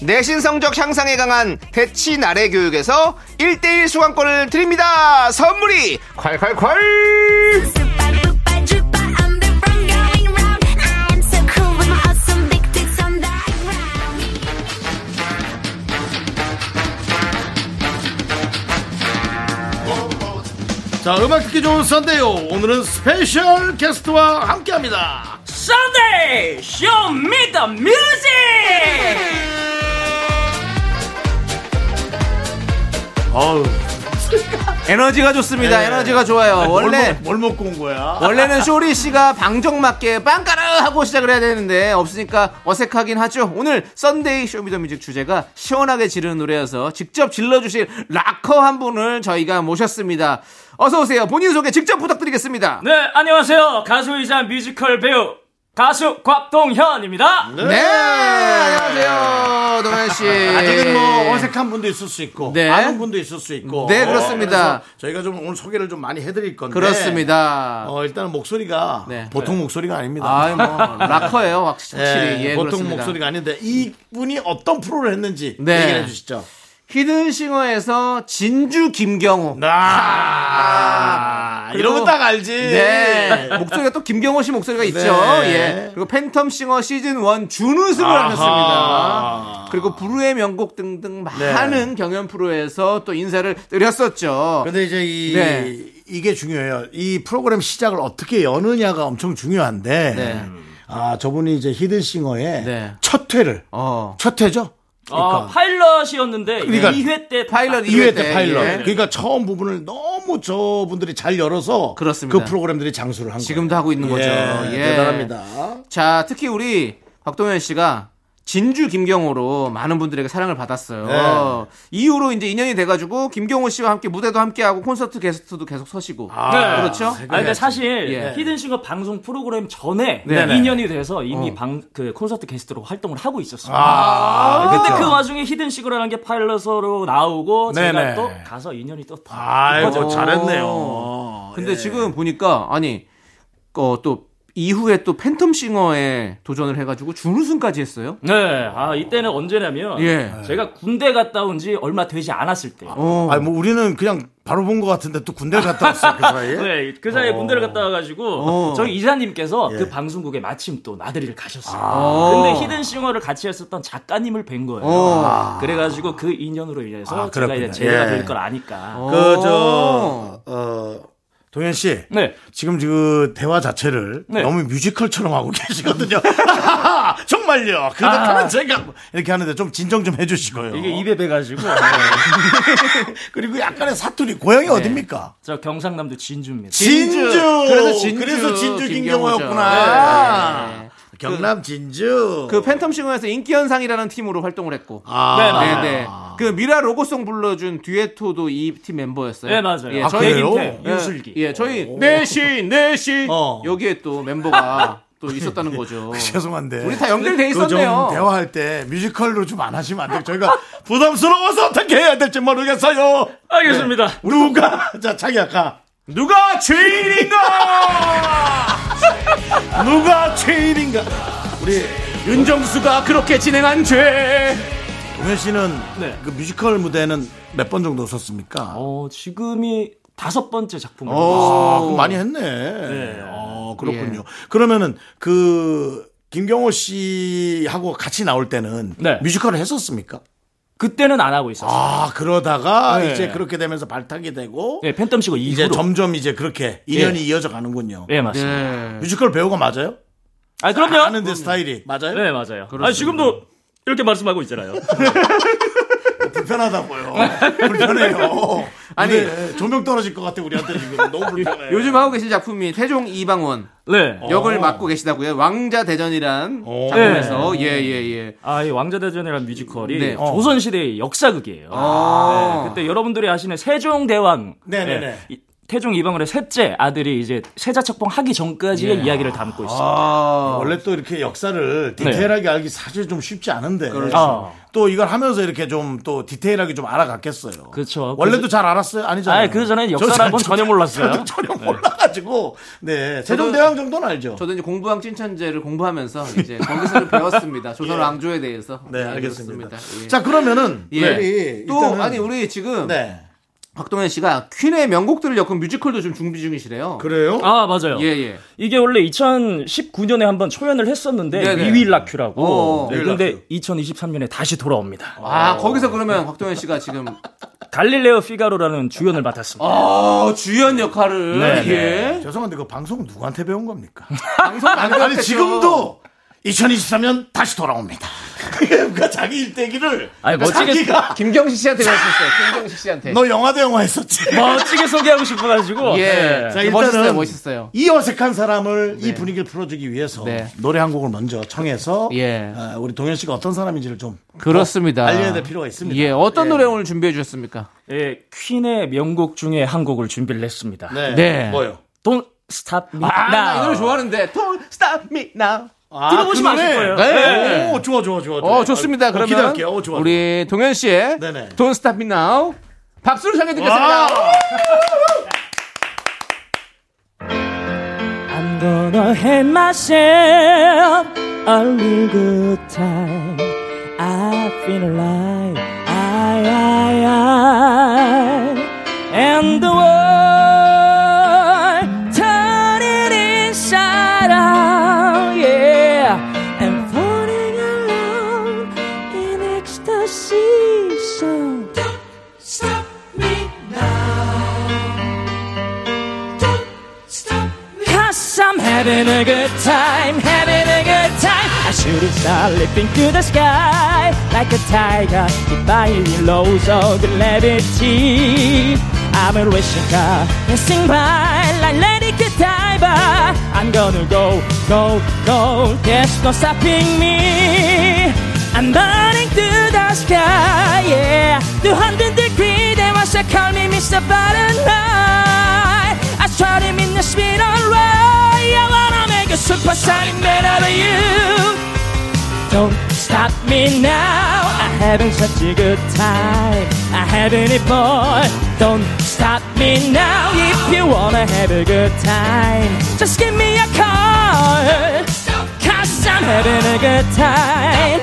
B: 내신 성적 향상에 강한 대치 나래 교육에서 1대1 수강권을 드립니다. 선물이 콸콸콸!
A: 자, 음악 듣기 좋은 썬데요. 오늘은 스페셜 게스트와 함께 합니다.
D: 썬데이 쇼미더 뮤직
A: 어우,
B: 에너지가 좋습니다.
A: 네.
B: 에너지가 좋아요. 원래
A: 뭘, 먹, 고 온 거야?
B: 원래는 쇼리 씨가 방정맞게 빵까르 하고 시작을 해야 되는데 없으니까 어색하긴 하죠. 오늘 썬데이 쇼미더뮤직 주제가 시원하게 지르는 노래여서 직접 질러주실 락커 한 분을 저희가 모셨습니다. 어서 오세요. 본인 소개 직접 부탁드리겠습니다.
C: 네 안녕하세요 가수이자 뮤지컬 배우 가수 곽동현입니다
B: 네, 안녕하세요, 동현 씨.
A: 아직은 뭐 어색한 분도 있을 수 있고
B: 네.
A: 아는 분도 있을 수 있고 어,
B: 네, 그렇습니다.
A: 그래서 저희가 좀 오늘 소개를 좀 많이 해드릴 건데
B: 그렇습니다.
A: 어, 일단은 목소리가
B: 네.
A: 보통 목소리가 아닙니다.
B: 아유, 뭐 락커예요, 확실히.
A: 예,
B: 예,
A: 보통
B: 그렇습니다.
A: 목소리가 아닌데 이분이 어떤 프로를 했는지
B: 네.
A: 얘기해 를 주시죠.
B: 히든싱어에서 진주 김경호.
A: 아,
B: 그리고-
A: 이러면 딱 알지.
B: 네. 목소리가 또 김경호 씨 목소리가 있죠.
A: 네.
B: 예. 그리고 팬텀 싱어 시즌 1 준우승을 하셨습니다. 그리고 부르의 명곡 등등
A: 네.
B: 많은 경연 프로에서 또 인사를 드렸었죠.
A: 근데 이제 이
B: 네.
A: 이게 중요해요. 이 프로그램 시작을 어떻게 여느냐가 엄청 중요한데.
B: 네.
A: 아, 저분이 이제 히든싱어의
B: 네.
A: 첫 회를
B: 어.
A: 첫 회죠?
C: 아, 파일럿이었는데 아,
A: 그러니까
C: 2회 때
B: 파일럿
A: 2회
B: 2회
A: 때
B: 때
A: 파일럿.
B: 예.
A: 그러니까 처음 부분을 너무 저분들이 잘 열어서
B: 그렇습니다.
A: 그 프로그램들이 장수를 한
B: 지금도 어, 하고 있는
A: 거예요.
B: 거죠.
A: 예, 대단합니다.
B: 자, 특히 우리 박동현 씨가 진주 김경호로 많은 분들에게 사랑을
A: 네.
B: 받았어요. 이후로 이제 인연이 돼가지고 김경호 씨와 함께 무대도 함께 하고 콘서트 게스트도 계속 서시고.
C: 네.
B: 그렇죠?
C: 아, 근데 사실
B: 예.
C: 히든싱어 방송 프로그램 전에
B: 네네.
C: 인연이 돼서 이미
A: 어.
C: 방, 그 콘서트 게스트로 활동을 하고 있었어요. 아, 근데 그 와중에 히든싱어라는 게 파일럿으로 나오고
A: 그렇죠. 네네.
C: 제가 또 가서 인연이 또 더.
A: 아이고
B: 오.
A: 잘했네요. 예.
B: 근데 지금 보니까 아니 어, 또 이후에 또 팬텀싱어에 도전을 해가지고 준우승까지 했어요.
C: 네, 아 네. 이때는 언제냐면
B: 예.
C: 제가 군대 갔다 온 지 얼마 되지 않았을 때.
B: 어.
A: 아니 뭐 우리는 그냥 바로 본 것 같은데 또 군대를 갔다 왔어요 그 사이에.
C: 네, 그 사이에 군대를 갔다 와가지고
B: 어.
C: 저희 이사님께서
A: 예.
C: 그 방송국에 마침 또 나들이를 가셨어요.
B: 아.
C: 근데 히든싱어를 같이 했었던 작가님을 뵌 거예요.
B: 어.
C: 그래가지고 그 인연으로 인해서
A: 아,
C: 제가
A: 그렇군요.
C: 이제 제가
A: 예.
C: 될 걸 아니까.
B: 어.
A: 그 그저 어, 동현 씨.
C: 네.
A: 지금 그 대화 자체를
C: 네.
A: 너무 뮤지컬처럼 하고 계시거든요. 정말요.
B: 아.
A: 그렇다면 제가 이렇게 하는데 좀 진정 좀 해주시고요.
C: 이게 입에 배가지고 네.
A: 그리고 약간의 사투리 고향이 어딥니까?
C: 저 경상남도 진주입니다.
A: 진주.
B: 네. 그래서 진주
A: 그래서 진주 아.
B: 김경호죠.
A: 김경호였구나.
B: 네, 네, 네.
A: 경남 진주.
B: 그 팬텀싱어에서 인기현상이라는 팀으로 활동을 했고.
A: 아,
C: 네,
B: 네네. 그 미라 로고송 불러준 듀에토도 이 팀 멤버였어요.
C: 네 맞아요.
B: 예,
C: 아,
B: 저희
A: 그래요? 네.
C: 백인태,
B: 예,
C: 윤슬기.
B: 예, 저희 내신 내신
A: 어. 그
B: 여기에 또 멤버가 또 있었다는 거죠.
A: 아, 죄송한데.
B: 우리 다 연결돼
A: 그거 좀
B: 있었네요.
A: 대화할 때 뮤지컬로 좀 안 하시면 안 돼요. 저희가 부담스러워서 어떻게 해야 될지 모르겠어요.
C: 알겠습니다.
A: 누가 자 자기 아까 누가 죄인인가 누가 죄인인가 우리
B: 윤정수가 그렇게 진행한 죄.
A: 동현 씨는
C: 네.
A: 그 뮤지컬 무대는 몇 번 정도
B: 어,
A: 섰습니까?
C: 어 지금이 다섯 번째 작품입니다.
B: 네.
A: 아, 그럼 많이 했네. 어, 그렇군요. 그러면은 그 김경호 씨하고 같이 나올 때는
H: 네.
A: 뮤지컬을 했었습니까?
H: 그때는 안 하고 있었어요.
A: 아 그러다가
H: 네.
A: 이제 그렇게 되면서 발탁이 되고
H: 예, 팬텀 시고 이후로.
A: 이제 점점 이제 그렇게 인연이 이어져 가는군요.
H: 예, 맞습니다.
B: 네.
A: 뮤지컬 배우가 맞아요?
H: 아, 그럼요.
A: 예. 아는데 스타일이 맞아요?
H: 네, 맞아요. 아, 지금도 이렇게 말씀하고 있잖아요.
A: 불편하다고요. 불편해요. 아니 조명 떨어질 것 같아 우리한테 지금 너무 불편해.
B: 요즘 하고 계신 작품이 태종 이방원
H: 네.
A: 어.
B: 역을 맡고 계시다고요. 왕자 대전이란
A: 오. 네.
B: 작품에서 예예 예.
H: 아, 이 왕자대전이라는 뮤지컬이
B: 네. 어.
H: 조선시대의 역사극이에요.
A: 어.
B: 아.
H: 네, 그때 여러분들이 아시는 세종대왕.
A: 네네네.
H: 네,
C: 예.
H: 이- 태종 이방원의 셋째 아들이 이제 세자척봉 하기 전까지의 이야기를 담고 있어요.
B: 아.
A: 원래 또 이렇게 역사를 디테일하게 알기 사실 좀 쉽지 않은데
H: 아.
A: 또 이걸 하면서 이렇게 좀 또 디테일하게 좀 알아갔겠어요.
H: 그렇죠.
A: 원래도
H: 그-
A: 잘 알았어요? 아니잖아요.
H: 아니, 그 전에는
A: 저
H: 역사라는 건
A: 잘-
H: 전혀 몰랐어요.
A: 저도 전혀 몰라가지고 네 세종대왕 정도는 알죠.
B: 저도 이제 공부왕 찐천재를 공부하면서 이제 거기서를 배웠습니다. 조선 왕조에 대해서.
A: 네
B: 예,
A: 알겠습니다.
B: 그렇습니다. 예.
A: 자 그러면은
B: 예.
A: 우리
B: 또
A: 일단은-
B: 아니 우리 지금
A: 네
B: 박동현 씨가 퀸의 명곡들을 엮은 뮤지컬도 좀 준비 중이시래요.
A: 그래요?
H: 아, 맞아요.
B: 예, 예.
H: 이게 원래 2019년에 한번 초연을 했었는데
B: 네네.
H: 위윌라큐라고.
B: 어,
H: 네, 근데 2023년에 다시 돌아옵니다.
B: 아, 거기서 그러면 박동현 씨가 지금
H: 갈릴레오 피가로라는 주연을 맡았습니다.
B: 아, 주연 역할을
H: 네,
B: 예.
A: 죄송한데 그 방송 누구한테 배운 겁니까?
B: 방송 안
A: 아니, 아니
B: 들었겠죠.
A: 지금도 2023년 다시 돌아옵니다. 그러니까 자기 일대기를 그러니까
H: 아니, 멋지게-
A: 자기가
B: 김경식 씨한테 배웠었어요. 김경식 씨한테.
A: 너 영화 대 영화 했었지.
H: 멋지게 소개하고 싶어가지고.
B: 예.
H: 네.
A: 자, 일단은
B: 멋있어요, 멋있어요.
A: 이 어색한 사람을 이 분위기를 풀어주기 위해서
B: 네.
A: 노래 한 곡을 먼저 청해서
B: 예.
A: 어, 우리 동현 씨가 어떤 사람인지를 좀
B: 그렇습니다.
A: 알려야 될 필요가 있습니다.
B: 예, 어떤 노래 오늘 준비해 주셨습니까?
H: 예, 퀸의 명곡 중에 한 곡을 준비를 했습니다.
B: 네.
A: 뭐요?
H: Don't Stop Me
B: 아, 나이
H: Now.
B: 노래 좋아하는데. Don't stop me now.
A: 아,
H: 들어보시면
A: 그 노래.
H: 아실 거예요.
B: 네.
A: 오, 좋아, 좋아, 좋아. 좋아.
B: 어, 좋습니다.
A: 어,
B: 그러면
A: 기대할게요. 어, 좋아.
B: 우리 동현 씨의
A: 네네.
B: Don't Stop Me Now 박수를 전해
A: 와.
B: 드리겠습니다.
H: I'm gonna hate myself a real good time. I feel alive. I, I, I. And the world turning inside out. Yeah. And falling alone in ecstasy. So don't stop me Cause I'm having a good time, having a good time. I shouldn't start lifting to the sky like a tiger. Defying lows of gravity. I'm a racing car, passing by like Lady Godiva. I'm gonna go, go, go. There's no stopping me. I'm burning through the sky, yeah. 200 degrees, they must have called me Mr. Fahrenheit. I tried him in the speed alright. I wanna make a supersonic man out of you. Don't stop me now. I'm having such a good time. I'm having it fun. Don't stop me now. If you wanna have a good time, just give me a call. Cause I'm having a good time.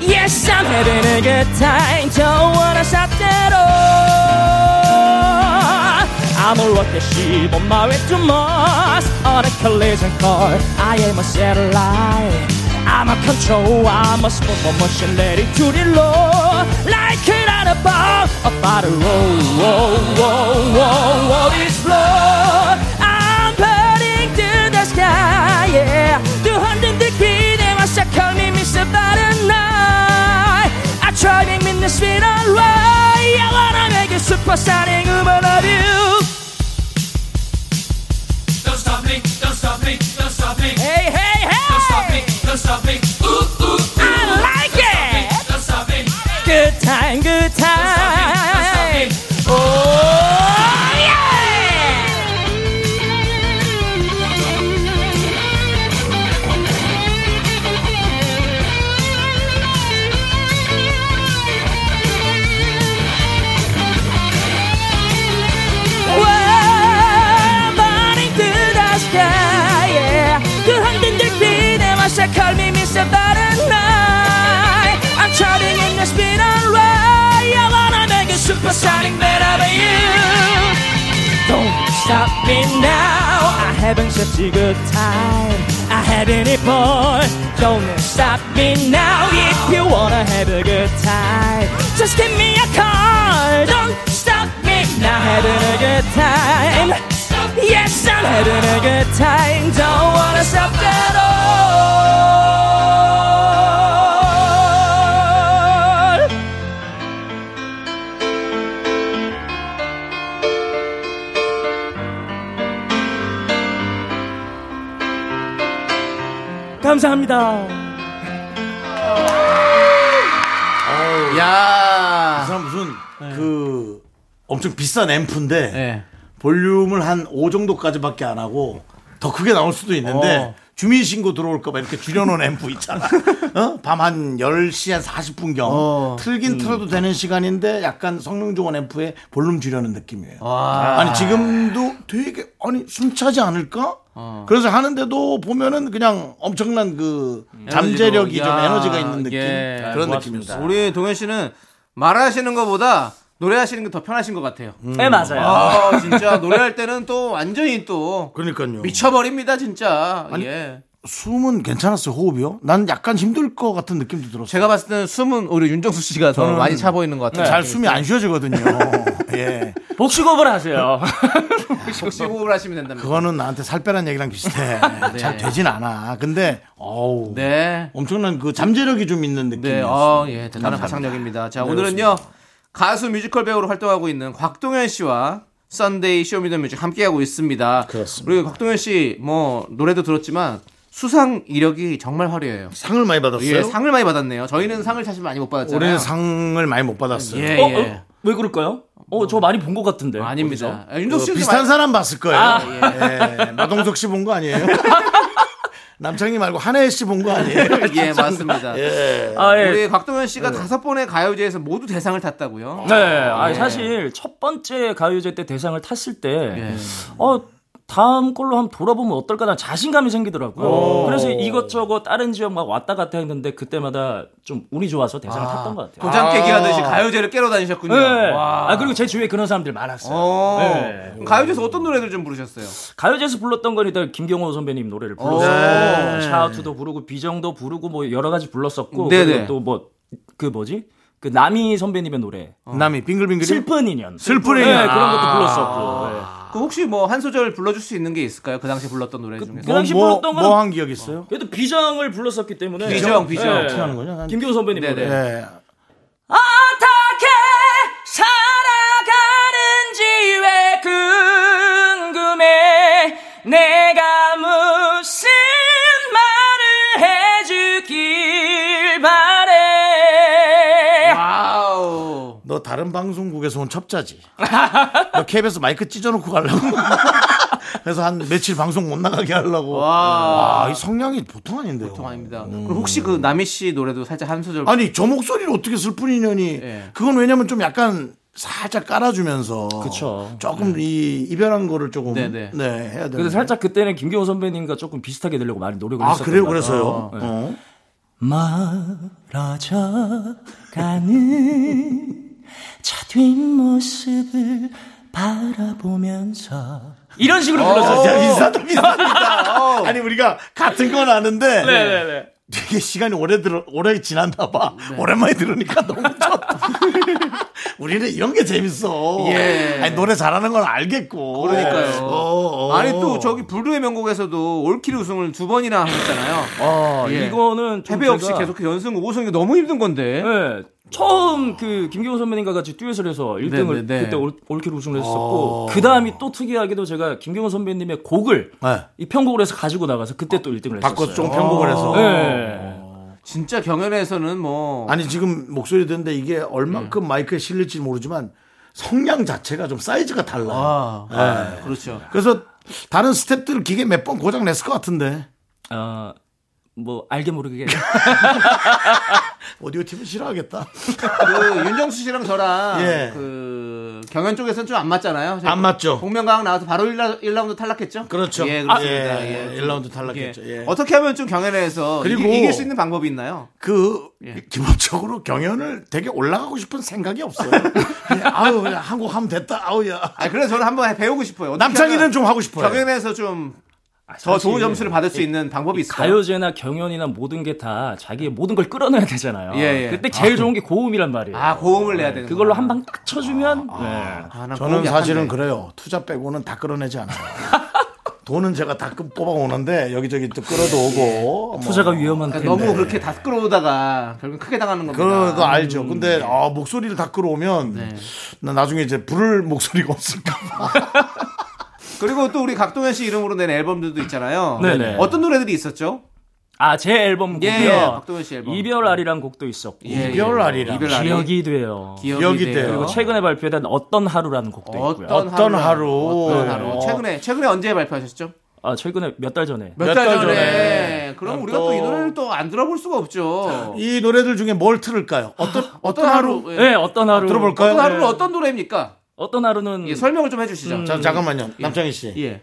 H: Yes, I'm having a good time. Don't wanna stop at all. I'm a rocket ship on my way to Mars on a collision course. I am a satellite. I'm a control. I'm a small motion ready to reload. Like it on a bomb, about to roll. Whoa, whoa, whoa, whoa, explode. I'm burning through the sky. Yeah, 200 degrees. They must have called me Mr. Fahrenheit. I tried him in the speed alright. I wanna make a supersonic woman of you. Hey, hey, hey! Don't stop me, don't stop me. Ooh, ooh, I like it! Don't stop me. Good time, good time. Oh, yeah! Whoa, burning through the sky, yeah. 200 degrees, they must have called me Mr. Fahrenheit. I'm charting in the speed alright. I wanna make a supersonic man out of you. Don't
C: stop me now. I having such a good time. I having it, boy. Don't stop me now. If you wanna have a good time, just give me a call. Don't stop me now. Having a good time. Yes, I'm having a good time. Don't wanna stop at all. 감사합니다.
A: 그
B: 야.
A: 사람 무슨 그 엄청 비싼 앰프인데
B: 네.
A: 볼륨을 한 5 정도까지밖에 안 하고 더 크게 나올 수도 있는데
B: 어.
A: 주민신고 들어올까봐 이렇게 줄여놓은 앰프 있잖아. 어? 밤한 10시 한 40분경.
B: 어.
A: 틀긴 틀어도 되는 시간인데 약간 성능 좋은 앰프에 볼륨 줄여는 느낌이에요. 아니, 지금도 되게, 아니, 숨차지 않을까?
B: 어.
A: 그래서 하는데도 보면은 그냥 엄청난 그 잠재력이 좀
B: 음. 야,
A: 에너지가 있는 느낌.
B: 예.
A: 그런
B: 고맙습니다.
A: 느낌입니다.
B: 우리 동현 씨는 말하시는 것보다 노래하시는 게 더 편하신 것 같아요.
C: 네, 맞아요.
B: 아, 진짜 노래할 때는 또 완전히 또
A: 그러니까요.
B: 미쳐버립니다, 진짜. 예.
A: 숨은 괜찮았어요 호흡이요? 난 약간 힘들 것 같은 느낌도 들었어요.
B: 제가 봤을 때는 숨은 우리 윤정수 씨가 더 많이 차 보이는 것 같아요.
A: 네, 잘 숨이 안 쉬어지거든요.
B: 네.
A: 예,
C: 복식호흡을 하세요.
B: 복식호흡을 하시면 된답니다.
A: 그거는 나한테 살 빼란 얘기랑 비슷해. 잘 되진 않아. 근데 어우
B: 네.
A: 엄청난 그 잠재력이 좀 네, 있는 느낌이었어요.
B: 네, 어, 예, 대단한 가창력입니다. 자, 오늘은요 가수 뮤지컬 배우로 활동하고 있는 곽동현 씨와 썬데이 쇼미더뮤직 함께하고 있습니다.
A: 그렇습니다.
B: 우리 곽동현 씨 뭐 노래도 들었지만 수상 이력이 정말 화려해요.
A: 상을 많이 받았어요.
B: 예, 상을 많이 받았네요. 저희는 상을 사실 많이 못 받았잖아요.
A: 올해 상을 많이 못 받았어요.
B: 네.
A: 그
B: 예,
C: 어,
B: 예.
C: 어? 왜 그럴까요? 어, 저 많이 본 것 같은데.
B: 아닙니다. 아, 윤정
A: 그
B: 씨도
A: 비슷한
B: 많이- 아,
A: 사람 봤을 거예요. 예. 마동석 씨 본 거 아니에요? 남창희 말고 한혜애 씨 본 거 아니에요?
B: 예, 맞습니다.
C: 아, 예.
B: 우리 곽동현 씨가 다섯 번의 가요제에서 모두 대상을 탔다고요.
C: 네, 아, 사실 첫 번째 가요제 때 대상을 탔을 때,
B: 예.
C: 어, 다음 걸로 한번 돌아보면 어떨까 난 자신감이 생기더라고요. 그래서 이것저것 다른 지역 막 왔다 갔다 했는데 그때마다 좀 운이 좋아서 대상을 탔던 것 같아요.
B: 도장 깨기 하듯이 가요제를 깨러 다니셨군요.
C: 네.
B: 와.
C: 아, 그리고 제 주위에 그런 사람들 많았어요.
B: 어.
C: 네.
B: 그럼 가요제에서 어떤 노래들 좀 부르셨어요?
C: 가요제에서 불렀던 거니다 김경호 선배님 노래를 불렀었고
B: 네.
C: 샤우트도 부르고 비정도 부르고 뭐 여러 가지 불렀었고
B: 네네.
C: 또 뭐 그 뭐지 그 남희 선배님의 노래
B: 어.
A: 어. 남이 빙글빙글.
C: 슬픈 인연
A: 슬픈 인연.
C: 네, 그런
B: 아.
C: 것도 불렀었고 네.
B: 그 혹시 뭐 한 소절 불러줄 수 있는 게 있을까요? 그 당시 불렀던 노래 중에서.
C: 그 당시
A: 뭐,
C: 불렀던 건-
A: 뭐한 기억 있어요?
C: 그래도 비정을 불렀었기 때문에
B: 비정, 비정.
C: 네.
A: 어떻게 하는 거냐? 난-
C: 김경호 선배님
B: 네네.
C: 노래
A: 예.
C: 어떻게 살아가는지 왜 궁금해 내가 무슨 말을 해주길 바래
B: 와우.
A: 너 다른 방송국에서 온 첩자지. 너 KBS 마이크 찢어놓고 가려고. 그래서 한 며칠 방송 못 나가게 하려고.
B: 와.
A: 와, 이 성량이 보통 아닌데요.
B: 보통 어, 아닙니다.
C: 음.
B: 그럼 혹시 그 남희 씨 노래도 살짝 한 소절.
A: 아니, 저 목소리를 어떻게 슬픈 인연이.
B: 예.
A: 그건 왜냐면 좀 약간 살짝 깔아주면서.
C: 그쵸. 네.
A: 조금 이 이별한 거를 조금. 네
B: 네네.
A: 해야 되는데.
C: 근데 살짝 그때는 김경호 선배님과 조금 비슷하게 되려고 많이 노력을
A: 아,
C: 했었거든요.
A: 그래요? 그래서요? 어.
C: 멀어져 가는 저 뒷모습을 바라보면서 이런 식으로 불렀어요.
A: 야, 인사도 비슷합니다. 어. 아니, 우리가 같은 건 아는데.
C: 네네네.
A: 되게 시간이 오래 들어 오래 지났나 봐. 오랜만에 들으니까 너무 좋다. 우리는 이런 게 재밌어.
B: 예.
A: 아니, 노래 잘하는 건 알겠고.
B: 그러니까요.
A: 어, 어.
B: 아니 또 저기 불루의 명곡에서도 올킬 우승을 두 번이나 하셨잖아요.
C: 어,
B: 예.
C: 이거는 좀
B: 패배 없이
C: 제가-
B: 계속 그 연승 5승이 너무 힘든 건데. 어,
C: 네. 처음 그 김경호 선배님과 같이 듀엣을 해서 1등을
B: 네, 아. 네, 네.
C: 그때 올, 올킬 우승을 했었고 그 다음이 또 특이하게도 제가 김경호 선배님의 곡을
A: 네.
C: 이 편곡을 해서 가지고 나가서 그때 또 1등을 했었어요.
A: 바꿔서 좀 편곡을 해서.
C: 네.
B: 어. 진짜 경연에서는 뭐
A: 아니 지금 목소리 듣는데 이게 얼만큼 마이크에 실릴지 모르지만 성량 자체가 좀 사이즈가 달라. 요 네.
B: 아, 아, 그렇죠.
A: 그래서 다른 스탭들 기계 몇 번 고장 냈을 것 같은데
C: 아, 뭐 알게 모르게
A: 오디오 팀은 싫어하겠다.
B: 그 윤정수 씨랑 저랑
A: 예.
B: 그 경연 쪽에서는 좀 안 맞잖아요. 저희
A: 안 맞죠.
B: 복면가왕 나와서 바로 1라, 1라운드 탈락했죠?
A: 그렇죠.
B: 예, 그렇습니다.
A: 아, 예,
B: 예.
A: 1라운드 탈락했죠. 예.
B: 어떻게 하면 좀 경연에서
A: 그리고-
B: 이기, 이길 수 있는 방법이 있나요?
A: 그 기본적으로 경연을 되게 올라가고 싶은 생각이 없어요. 그냥, 예, 아우 그냥 한국 하면 됐다. 아우야.
B: 아, 그래서 저는 한번 배우고 싶어요. 어떻게
A: 남창이는
B: 하면
A: 좀 하고 싶어요.
B: 경연에서 좀 더
C: 아, 사실
B: 좋은 점수를 받을 수 있는 방법이 있을까요?
C: 가요제나 경연이나 모든 게 다 자기의 모든 걸 끌어내야 되잖아요.
B: 예, 예.
C: 그때 제일 좋은 게 고음이란 말이에요.
B: 아, 고음을 내야 되는
C: 그걸로 한 방 딱 쳐주면 네.
B: 아, 난
A: 저는
B: 고음이
A: 사실은
B: 약한데.
A: 그래요. 투자 빼고는 다 끌어내지 않아요. 돈은 제가 다 끄- 뽑아오는데 여기저기 또 끌어도 오고
C: 투자가
A: 뭐.
C: 위험한 텐데.
B: 그러니까 너무 그렇게 다 끌어오다가 결국 크게 당하는 겁니다.
A: 그거 알죠. 근데 아, 목소리를 다 끌어오면 나 나중에 이제 부를 목소리가 없을까봐.
B: 그리고 또 우리 각동현 씨 이름으로 낸 앨범들도 있잖아요.
C: 네네.
B: 어떤 노래들이 있었죠?
C: 아 제 앨범 곡이요.
B: 예, 박동원 씨 앨범. 예,
C: 이별알이란 곡도 있었고 네.
A: 이별날이라.
B: 이별날이.
C: 기억이 돼요.
A: 기억이 돼요.
C: 그리고 최근에 발표된 어떤 하루라는 곡도 있고요.
B: 어떤,
A: 어떤
B: 하루,
A: 하루.
B: 어떤 하루.
A: 어.
B: 최근에 최근에 언제 발표하셨죠?
C: 아 최근에 몇 달 전에
A: 몇달 전에.
B: 그럼
A: 아,
B: 우리가
A: 또-
B: 또 이 노래를 또 안 들어볼 수가 없죠.
A: 이 노래들 중에 뭘 틀을까요? 어떤 어떤 하루?
B: 예.
C: 네, 어떤 하루
A: 들어볼까요?
B: 어떤 하루는
C: 네.
B: 어떤 노래입니까?
C: 어떤 하루는
B: 예, 설명을 좀 해주시죠.
A: 자, 음. 잠깐만요. 남창희 씨.
B: 예.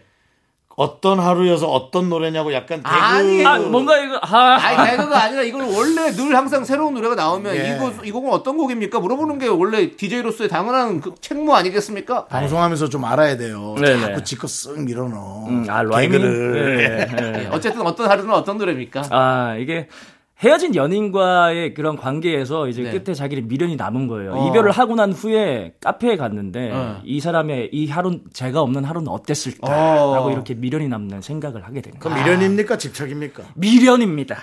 A: 어떤 하루여서 어떤 노래냐고 약간 대그
B: 아니, 뭐.
C: 아 뭔가 이거 아,
B: 아니, 내가가 아니라 이걸 원래 늘 항상 새로운 노래가 나오면
A: 예.
B: 이거 이 곡은 어떤 곡입니까? 물어보는 게 원래 DJ로서의 당연한 그 책무 아니겠습니까?
A: 방송하면서 좀 알아야 돼요.
C: 네네.
A: 자꾸 지껏 쓱 밀어넣어.
C: 음, 아 라이밍
A: 개그를.
C: 네, 네.
B: 예, 어쨌든 어떤 하루는 어떤 노래입니까?
C: 아 이게 헤어진 연인과의 그런 관계에서 이제
B: 네.
C: 끝에 자기를 미련이 남은 거예요.
B: 어.
C: 이별을 하고 난 후에 카페에 갔는데
B: 어.
C: 이 사람의 이 하루 제가 없는 하루는 어땠을까라고
B: 어.
C: 이렇게 미련이 남는 생각을 하게 되는 거예요.
A: 그럼 미련입니까? 집착입니까?
C: 미련입니다.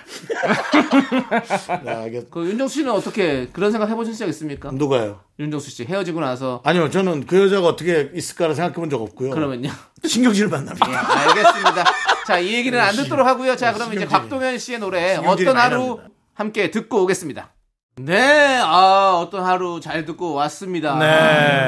A: 야, 이게
B: 그 윤정수 씨는 어떻게 그런 생각 해보신 적 있습니까?
A: 누가요?
B: 윤정수 씨 헤어지고 나서
A: 아니요, 저는 그 여자가 어떻게 있을까를 생각해 본 적 없고요.
B: 그러면요?
A: 신경질 만납니다.
B: 아, 알겠습니다. 자, 이 얘기는 안 듣도록 하고요. 자, 그럼 이제
A: 아, 신경질이-
B: 곽동현 씨의 노래
A: 신경질이
B: 어떤
A: 많이
B: 하루
A: 납니다.
B: 함께 듣고 오겠습니다. 네, 아, 어떤 하루 잘 듣고 왔습니다.
A: 네.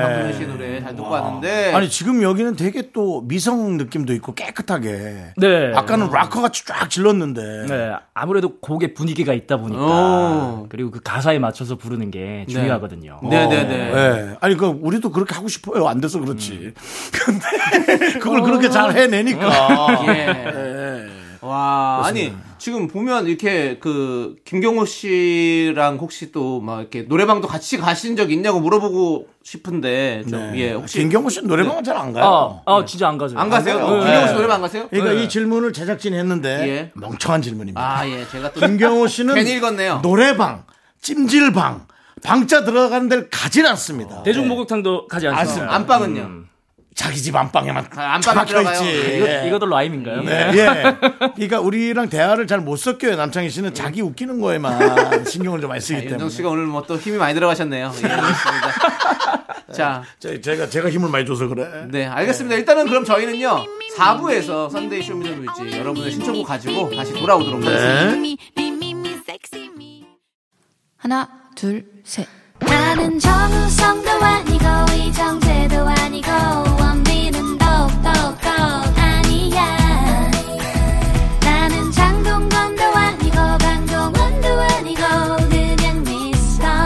B: 곽동현 씨의 노래 잘 듣고 왔는데.
A: 아니, 지금 여기는 되게 또 미성 느낌도 있고 깨끗하게.
C: 네.
A: 아까는 락커 같이 쫙 질렀는데.
C: 네, 아무래도 곡의 분위기가 있다 보니까
B: 오. 네.
C: 그리고 그 가사에 맞춰서 부르는 게 중요하거든요.
B: 네네네.
A: 예. 아니, 그, 우리도 그렇게 하고 싶어요. 안 돼서
B: 음.
A: 그렇지. 근데, 그걸 그렇게 잘
B: 어.
A: 해내니까.
B: 예.
A: 네.
B: 와, 아니, 지금 보면 이렇게 그, 김경호 씨랑 혹시 또 막 이렇게 노래방도 같이 가신 적 있냐고 물어보고 싶은데, 좀, 예, 혹시.
A: 네.
B: 네. 어.
A: 김경호 씨는 노래방은 잘 안 가요.
C: 아, 아 진짜 안 가죠.
B: 안 가세요? 뭐
A: 안 가요.
B: 김경호 씨
A: 네.
B: 노래방 안 가세요?
A: 그러니까 이 질문을 제작진이 했는데
B: 예.
A: 멍청한 질문입니다.
B: 아, 예, 제가 또.
A: 김경호 씨는
B: 괜히 읽었네요.
A: 노래방, 찜질방, 방자 들어가는 데를 가진
B: 어.
A: 않습니다. 네. 아,
C: 대중 목욕탕도 가지 않습니다.
B: 안방은요?
A: 음. 자기 집 안방에만
B: 네. 아, 안방에 들어가요. 아,
C: 이거,
A: 예.
C: 이것도 라임인가요?
A: 네. 예. 그러니까 우리랑 대화를 잘 못 섞여요. 남창희 씨는 자기 웃기는 거에만 신경을 좀 많이 쓰기 때문에.
B: 네. 윤정 씨가 오늘 뭐 또 힘이 많이 들어가셨네요. 예, 알겠습니다. 자,
A: 제- 제가 제가 힘을 많이 줘서 그래.
B: 네, 알겠습니다. 일단은 그럼 저희는요, 4부에서 썬데이 쇼미더뮤직 여러분의 신청곡 가지고 다시
A: 네.
B: 돌아오도록 하겠습니다.
E: Me, me, me, me, sexy me.
H: 하나, 둘, 셋.
E: 나는 정우성도 아니고 이정재도 아니고 원빈은 더욱더 아니야 나는 장동건도 아니고 방종원도 아니고 그냥 미스터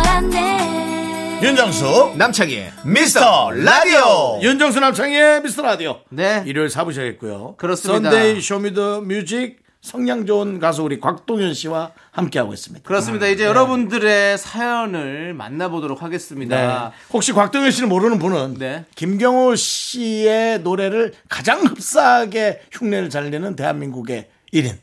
E: 미스터란데
A: 윤정수
B: 남창희의
A: 미스터 라디오. 윤정수 남창희의 미스터 라디오.
B: 네.
A: 일요일 사부셔야겠고요.
B: 그렇습니다.
A: 썬데이 쇼미더 뮤직 성량 좋은 가수 우리 곽동현 씨와 함께하고 있습니다.
B: 그렇습니다.
A: 음.
B: 이제 여러분들의 사연을 만나보도록 하겠습니다.
A: 네. 혹시 곽동현 씨를 모르는 분은
B: 네.
A: 김경호 씨의 노래를 가장 흡사하게 흉내를 잘 내는 대한민국의 1인.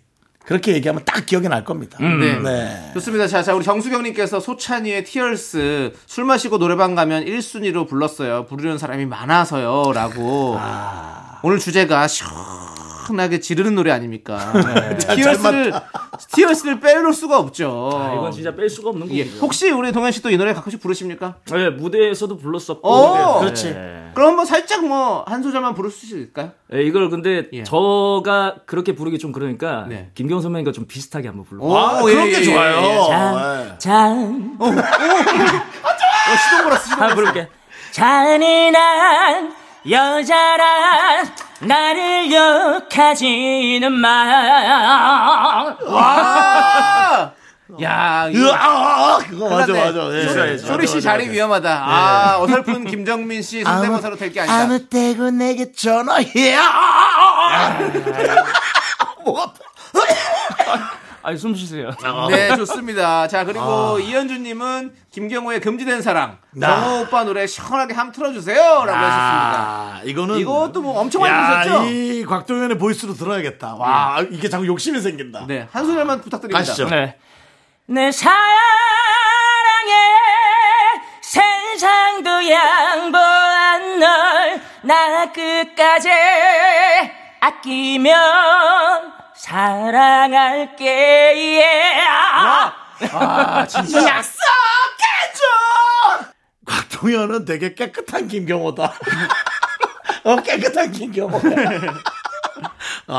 A: 그렇게 얘기하면 딱 기억이 날 겁니다.
B: 네.
A: 네.
B: 좋습니다. 자, 자, 우리 정수경님께서 소찬이의 티얼스 술 마시고 노래방 가면 1순위로 불렀어요. 부르는 사람이 많아서요. 라고.
A: 아.
B: 오늘 주제가 시원하게 지르는 노래 아닙니까?
A: 네.
B: 티얼스를, 티얼스를 빼놓을 수가 없죠.
C: 아, 이건 진짜 뺄 수가 없는
B: 예.
C: 곡이죠.
B: 혹시 우리 동현 씨도 이 노래 가끔씩 부르십니까?
C: 네, 무대에서도 불렀었고.
B: 오!
C: 네.
A: 어, 그렇지.
C: 네.
B: 그럼 뭐 살짝 뭐 한 소절만 부를 수 있을까요?
C: 네, 이걸 근데
B: 예.
C: 저가 그렇게 부르기 좀 그러니까
B: 네.
C: 김경 선배님과 좀 비슷하게 한번 불러.
A: 아,
B: 오,
A: 그런
B: 예,
A: 게
B: 예,
A: 좋아요.
B: 예, 예.
A: 네.
C: 잔,
B: 어, 시동 걸었어, 시동
C: 한번 부를게. 잔인한 여자란 나를 욕하지는 마.
B: 아! 야, 이거
A: 으아, 아, 그거 맞아,
B: 큰일 났네.
A: 맞아. 예,
B: 쇼리-
A: 맞아,
B: 쇼리 씨
A: 맞아,
B: 자리
A: 맞아. 예.
B: 위험하다. 아, 어설픈 김정민 씨 성대모사로 될 게 아니다.
A: 아무 때고 내게 전화해. 아, 아, 아, 아. 뭐가
C: 아니 숨 쉬세요.
A: 아.
B: 네, 좋습니다. 자, 그리고 이현주님은 김경호의 금지된 사랑.
A: 나.
B: 정호 오빠 노래 시원하게 함 틀어주세요. 라고 하셨습니다.
A: 아, 이거는
B: 이것도 뭐 엄청 많이
A: 야,
B: 보셨죠? 예.
A: 이 곽동현의 보이스로 들어야겠다. 와, 이게 자꾸 욕심이 생긴다.
B: 네, 한 소절만 부탁드립니다.
A: 가시죠.
C: 네. 내 사랑에 세상도 양보한 널 나 끝까지 아끼면 사랑할게 yeah.
B: 아, 진짜.
A: 곽동현은 되게 깨끗한 김경호다. 어, 깨끗한 김경호다. 아,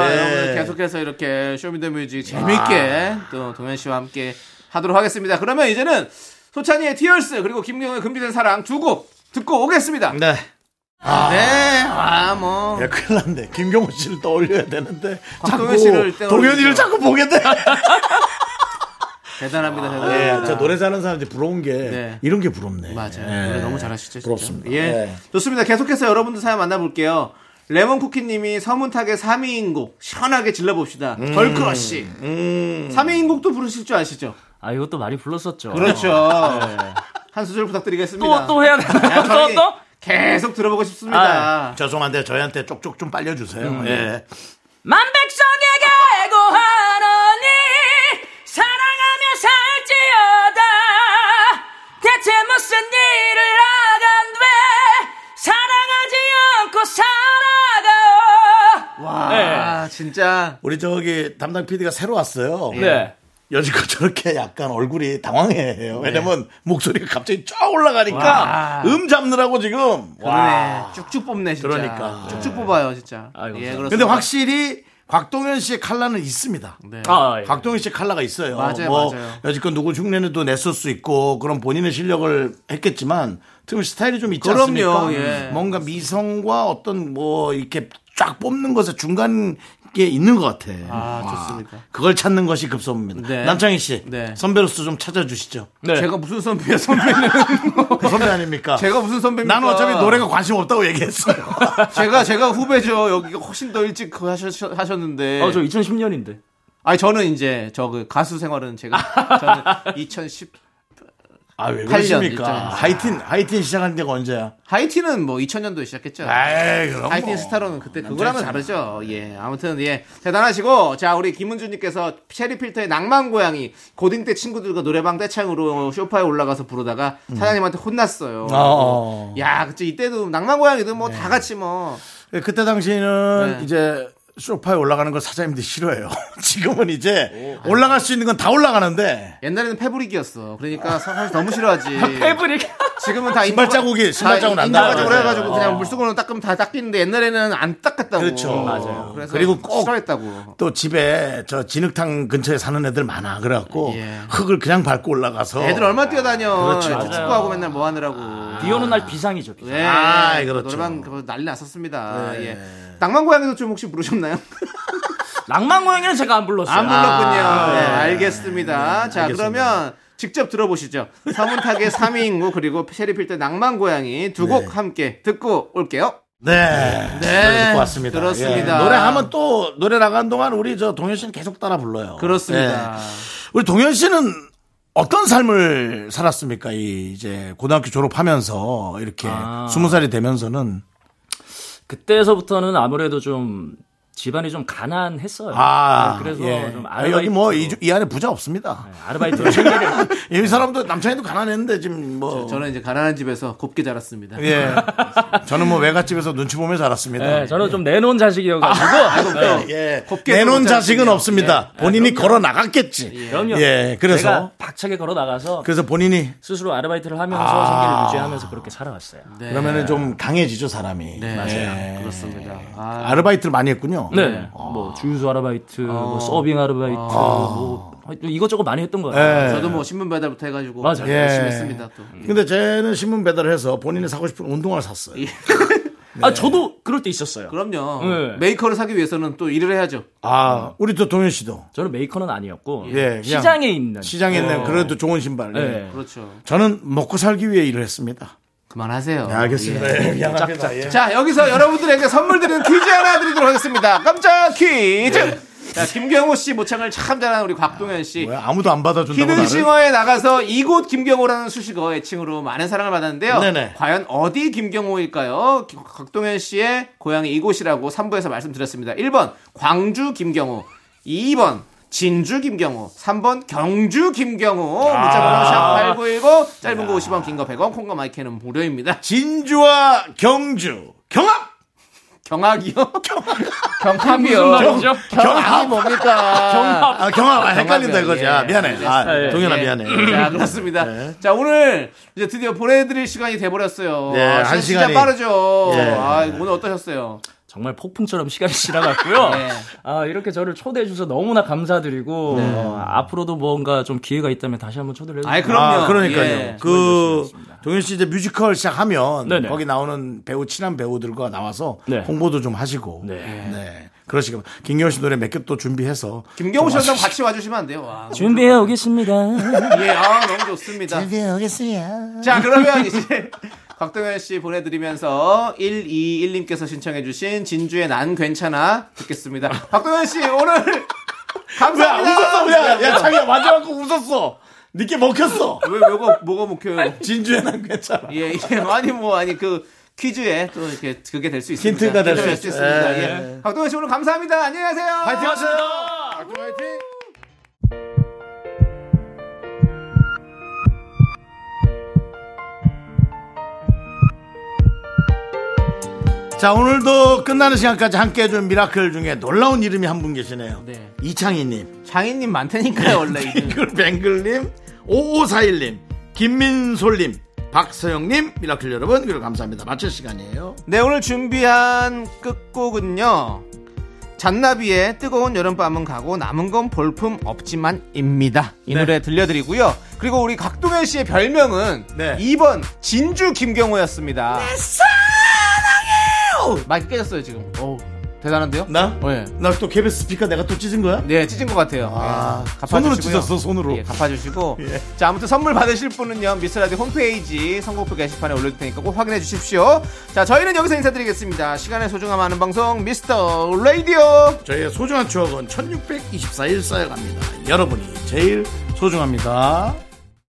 B: 아,
A: 예.
B: 여러분 계속해서 이렇게 쇼미더뮤직 재밌게
A: 아.
B: 또 동현 씨와 함께 하도록 하겠습니다. 그러면 이제는 소찬이의 티얼스 그리고 김경호의 금지된 사랑 두 곡 듣고 오겠습니다.
A: 네.
B: 네, 아 뭐.
A: 야, 큰일 났네. 김경호 씨를 떠올려야 되는데.
B: 곽동현
A: 자꾸
B: 씨를 떠올리죠.
A: 동현이를 자꾸 보게 돼.
B: 대단합니다.
A: 예,
B: 대단합니다.
A: 저 노래 잘하는 사람들이 부러운 게
B: 네.
A: 이런 게 부럽네.
B: 맞아요.
A: 예.
B: 노래 너무 잘하시죠. 진짜.
A: 부럽습니다.
B: 예.
A: 예.
B: 좋습니다. 계속해서 여러분들 사연 만나볼게요. 레몬쿠키님이 서문탁의 3위인 곡 시원하게 질러봅시다.
A: 음.
B: 걸크러쉬. 3위인 곡도 부르실 줄 아시죠?
C: 아 이것도 많이 불렀었죠.
B: 그렇죠. 한 수절
C: 또
B: 부탁드리겠습니다.
C: 또 해야 되나?
B: 야,
C: 또
B: 저희
C: 또? 아,
B: 계속 들어보고 싶습니다. 음, 네.
A: 죄송한데 저희한테 쪽쪽 좀 빨려주세요. 예.
C: 만백성에게 애고하노니 사랑하며 살지어다 대체 무슨 일을 하간데 사랑하지 않고 살아가오
B: 와, 진짜. 예.
A: 우리 저기 담당 PD가 새로 왔어요.
C: 네.
A: 여지껏 저렇게 약간 얼굴이 당황해요.
B: 네.
A: 왜냐면 목소리가 갑자기 쫙 올라가니까 음 잡느라고 지금. 와.
B: 와. 쭉쭉 뽑네, 진짜.
A: 그러니까.
B: 쭉쭉 뽑아요, 진짜.
C: 아이고,
B: 예,
C: 감사합니다.
B: 그렇습니다.
A: 근데 확실히 곽동현 씨의 칼라는 있습니다.
B: 네.
C: 아, 예.
A: 곽동현 씨 칼라가 있어요.
B: 맞아요,
A: 뭐
B: 맞아요.
A: 여지껏 누구 흉내내도 냈을 수 있고 그런 본인의 실력을 했겠지만 틈 스타일이 좀 있지
B: 그럼요,
A: 않습니까?
B: 예.
A: 뭔가 미성과 어떤 뭐 이렇게 쫙 뽑는 것의 중간 게 있는 것 같아.
B: 아,
A: 와,
B: 좋습니다.
A: 그걸 찾는 것이 급선무입니다.
B: 네.
A: 남창희 씨
B: 네.
A: 선배로서 좀 찾아주시죠. 그
C: 네.
B: 제가 무슨 선배야, 선배는.
A: 선배 아닙니까?
B: 제가 그러니까 무슨 선배입니까?
A: 나는 어차피 노래가 관심 없다고 얘기했어요.
B: 제가 제가 후배죠. 여기가 훨씬 더 일찍 그 하셨, 하셨는데.
C: 어, 저 2010년인데
B: 아니 저는 이제 저 그 가수 생활은 제가 저는 2010
A: 아, 왜
B: 있잖아요.
A: 그러십니까? 하이틴 하이틴 시작한 데가 언제야?
B: 하이틴은 뭐 2000년도에 시작했죠.
A: 에이, 그럼
B: 하이틴
A: 아, 뭐.
B: 스타로는 그때 그거랑은 다르죠. 예. 아무튼 예. 대단하시고 자, 우리 김은주 님께서 체리 필터의 낭만 고양이 고딩 때 친구들과 노래방 떼창으로 쇼파에 올라가서 부르다가 사장님한테 아, 혼났어요.
A: 음. 어. 네.
B: 야, 그치 이때도 낭만 고양이도 뭐 다 같이 뭐
A: 예, 그때 당시에는
B: 네.
A: 이제 소파에 올라가는 걸 사장님들이 싫어해요. 지금은 이제 올라갈 수 있는 건 다 올라가는데
B: 옛날에는 패브릭이었어. 그러니까 사실 너무 싫어하지.
C: 패브릭
B: 지금은 다
A: 신발 자국이, 신발 자국 난다.
B: 인터가지고
A: 맞아요.
B: 해가지고 그냥 물수건으로 닦으면 다 닦이는데 옛날에는 안 닦았다고.
A: 어. 그렇죠. 맞아요.
B: 그래서
A: 그리고 꼭-
B: 싫어했다고.
A: 또 집에 저 진흙탕 근처에 사는 애들 많아 그래갖고
B: 예.
A: 흙을 그냥 밟고 올라가서
B: 애들 얼마 나 뛰어다녀.
A: 그렇죠.
B: 이제
A: 맞아요.
B: 축구하고 맨날 뭐 하느라고.
C: 비 오는 날 비상이죠 비상.
B: 예.
A: 아, 그렇죠. 네.
B: 노래방 그거 난리 났었습니다. 예. 낭만 고양이도 좀 혹시 부르셨나요?
C: 낭만 고양이는 제가 안 불렀어요
B: 안 불렀군요.
A: 아,
B: 네,
A: 네.
B: 알겠습니다. 자,
A: 알겠습니다.
B: 그러면 직접 들어보시죠. 서문탁의 3위 인구 그리고 페리필드 낭만 고양이 두 곡 함께 듣고 올게요.
A: 네, 네. 듣고 왔습니다.
B: 그렇습니다.
A: 예. 노래하면 또 노래 나가는 동안 우리 저 동현 씨는 계속 따라 불러요.
B: 그렇습니다.
A: 예. 우리 동현 씨는 어떤 삶을 살았습니까? 이 이제 고등학교 졸업하면서 이렇게
C: 아.
A: 스무 살이 되면서는
C: 그때서부터는 아무래도 좀 집안이 좀 가난했어요
A: 아,
C: 네, 그래서
A: 예.
C: 좀
A: 아, 여기 뭐 이
C: 아르바이트로- 네,
A: 안에 부자 없습니다.
C: 아르바이트를 챙겨야
A: 이 사람도 남창이도 가난했는데 지금 뭐
B: 저는 이제 가난한 집에서 곱게 자랐습니다.
A: 예. 저는 뭐 외갓집에서 눈치 보며 자랐습니다.
C: 네, 저는 좀 내놓은 자식이어가지고 네.
A: 예.
B: 곱게
A: 내놓은
B: 못
A: 자식은
B: 자랐군요.
C: 예,
A: 없습니다. 본인이 걸어 나갔겠지.
C: 그럼요.
A: 예, 그래서
C: 제가 박차게 걸어 나가서
A: 그래서 본인이
C: 스스로 아르바이트를 하면서
A: 아.
C: 생계를 유지하면서 그렇게 살아왔어요.
B: 네.
A: 그러면은 좀 강해지죠 사람이.
B: 네,
A: 예.
B: 맞아요. 그렇습니다. 아,
A: 아르바이트를 많이 했군요.
C: 네, 뭐 주유소 아르바이트, 뭐 서빙 아르바이트, 네. 뭐 하여튼 아, 이것저것 많이 했던 거예요.
A: 예.
B: 저도 뭐 신문 배달부터 해가지고
C: 맞아요.
B: 열심히
A: 예.
B: 했습니다. 또
C: 예.
A: 근데 쟤는 신문 배달을 해서 본인이 사고 싶은 운동화를 샀어요.
C: 아 저도 그럴 때 있었어요.
B: 그럼요.
A: 예.
C: 네.
B: 메이커를 사기 위해서는 또 일을 해야죠.
A: 아, 우리 또 동현 씨도.
C: 저는 메이커는 아니었고
A: 예, 그냥
C: 시장에 있는
A: 시장에 있는 그래도 좋은 신발. 예.
C: 네.
B: 그렇죠.
A: 저는 먹고 살기 위해 일을 했습니다.
B: 그만하세요.
A: 알겠습니다. 예. 미안합니다. 예.
B: 자, 여기서 여러분들에게 선물 드리는 퀴즈 하나 드리도록 하겠습니다. 깜짝 퀴즈!
A: 예.
B: 자, 김경호 씨 모창을 참 잘하는 우리 곽동현 씨.
A: 뭐야, 아무도 안 받아준다고
B: 히든
A: 나를.
B: 싱어에 나가서 이곳 김경호라는 수식어 애칭으로 많은 사랑을 받았는데요.
A: 네네.
B: 과연 어디 김경호일까요? 기- 곽동현 씨의 고향이 이곳이라고 3부에서 말씀드렸습니다. 1번 광주 김경호, 2번 진주 김경호, 3번 경주 김경호.
A: 아.
B: 문자 번호 샵8910 짧은 거 50원, 긴 거 100원, 콩과 마이크는 무료입니다.
A: 진주와 경주 경합
B: 경악이요? 경합이요.
C: 말이죠?
B: 경합이 뭡니까? 경합.
A: 아, 경합 아, 헷갈린다
B: 경합이요.
A: 이거지
B: 예.
A: 아, 미안해 아,
C: 예.
A: 동현아
B: 예.
A: 미안해 네.
B: 자, 그렇습니다. 자, 오늘 이제 드디어 보내드릴 시간이 돼버렸어요.
A: 네,
B: 아,
A: 한
B: 진짜
A: 시간이-
B: 빠르죠.
A: 예.
B: 아, 오늘 어떠셨어요?
C: 정말 폭풍처럼 시간이 지나갔고요.
B: 네.
C: 아 이렇게 저를 초대해 주셔서 너무나 감사드리고 어, 앞으로도 뭔가 좀 기회가 있다면 다시 한번 초대를 해주세요.
B: 네. 아이, 그럼요.
A: 아, 그러니까요
B: 예.
A: 그 동현 씨 이제 뮤지컬 시작하면
C: 네네.
A: 거기 나오는 배우 친한 배우들과 나와서
C: 네.
A: 홍보도 좀 하시고 네, 그러시고 김경호 씨 노래 몇 개 또 준비해서
B: 김경호
A: 좀
B: 씨랑
A: 와주시-
B: 같이 와주시면 안 돼요. 와,
C: 준비해 오겠습니다.
B: 예, 아, 너무 좋습니다. 자, 그러면 이제 곽동현 씨 보내드리면서 121님께서 신청해주신 진주의 난 괜찮아 듣겠습니다. 곽동현 씨, 오늘
A: 야
B: 감사합니다.
A: 웃었어 야, 야 자기야 맞아갖고 웃었어 니께 먹혔어
B: 왜, 뭐가, 뭐가 먹혀요?
A: 진주에 난 괜찮아
B: 예, 예. 아니, 뭐, 아니, 그 퀴즈에 또 이렇게 그게 될 수 있습니다.
A: 힌트가 될수
B: 될
A: 있죠.
B: 있습니다.
A: 예,
B: 예. 박동현 씨 오늘 감사합니다. 안녕히 가세요.
A: 파이팅 하세요 자 오늘도 끝나는 시간까지 함께해 준 미라클 중에 놀라운 이름이 한 분 계시네요 네,
B: 네.
A: 이창희님
B: 장인님 많다니까요, 원래. 이게.
A: 뱅글뱅글님 5541님 김민솔님 박서영님 미라클 여러분 그리고 감사합니다 마칠 시간이에요
B: 네, 오늘 준비한 끝곡은요. 잔나비의 뜨거운 여름밤은 가고 남은 건 볼품 없지만입니다. 이 노래 들려드리고요. 그리고 우리 각동현 씨의 별명은
A: 네.
B: 2번 진주 김경호였습니다. 사랑해요! 마이크 깨졌어요, 지금. 오, 대단한데요?
A: 나?
B: 네.
A: 어, 나 또 KBS 스피커 내가 또 찢은 거야?
B: 네, 찢은 것 같아요.
A: 아,
B: 예,
A: 손으로
B: 갚아주시고요.
A: 찢었어, 손으로.
B: 예, 갚아주시고. 자, 아무튼 선물 받으실 분은요, 미스라디 홈페이지 선곡표 게시판에 올려둘 테니까 꼭 확인해 주십시오. 자, 저희는 여기서 인사드리겠습니다. 시간의 소중함 아는 방송, 미스터 라디오!
A: 저희의 소중한 추억은 1624일 쌓여갑니다. 여러분이 제일 소중합니다.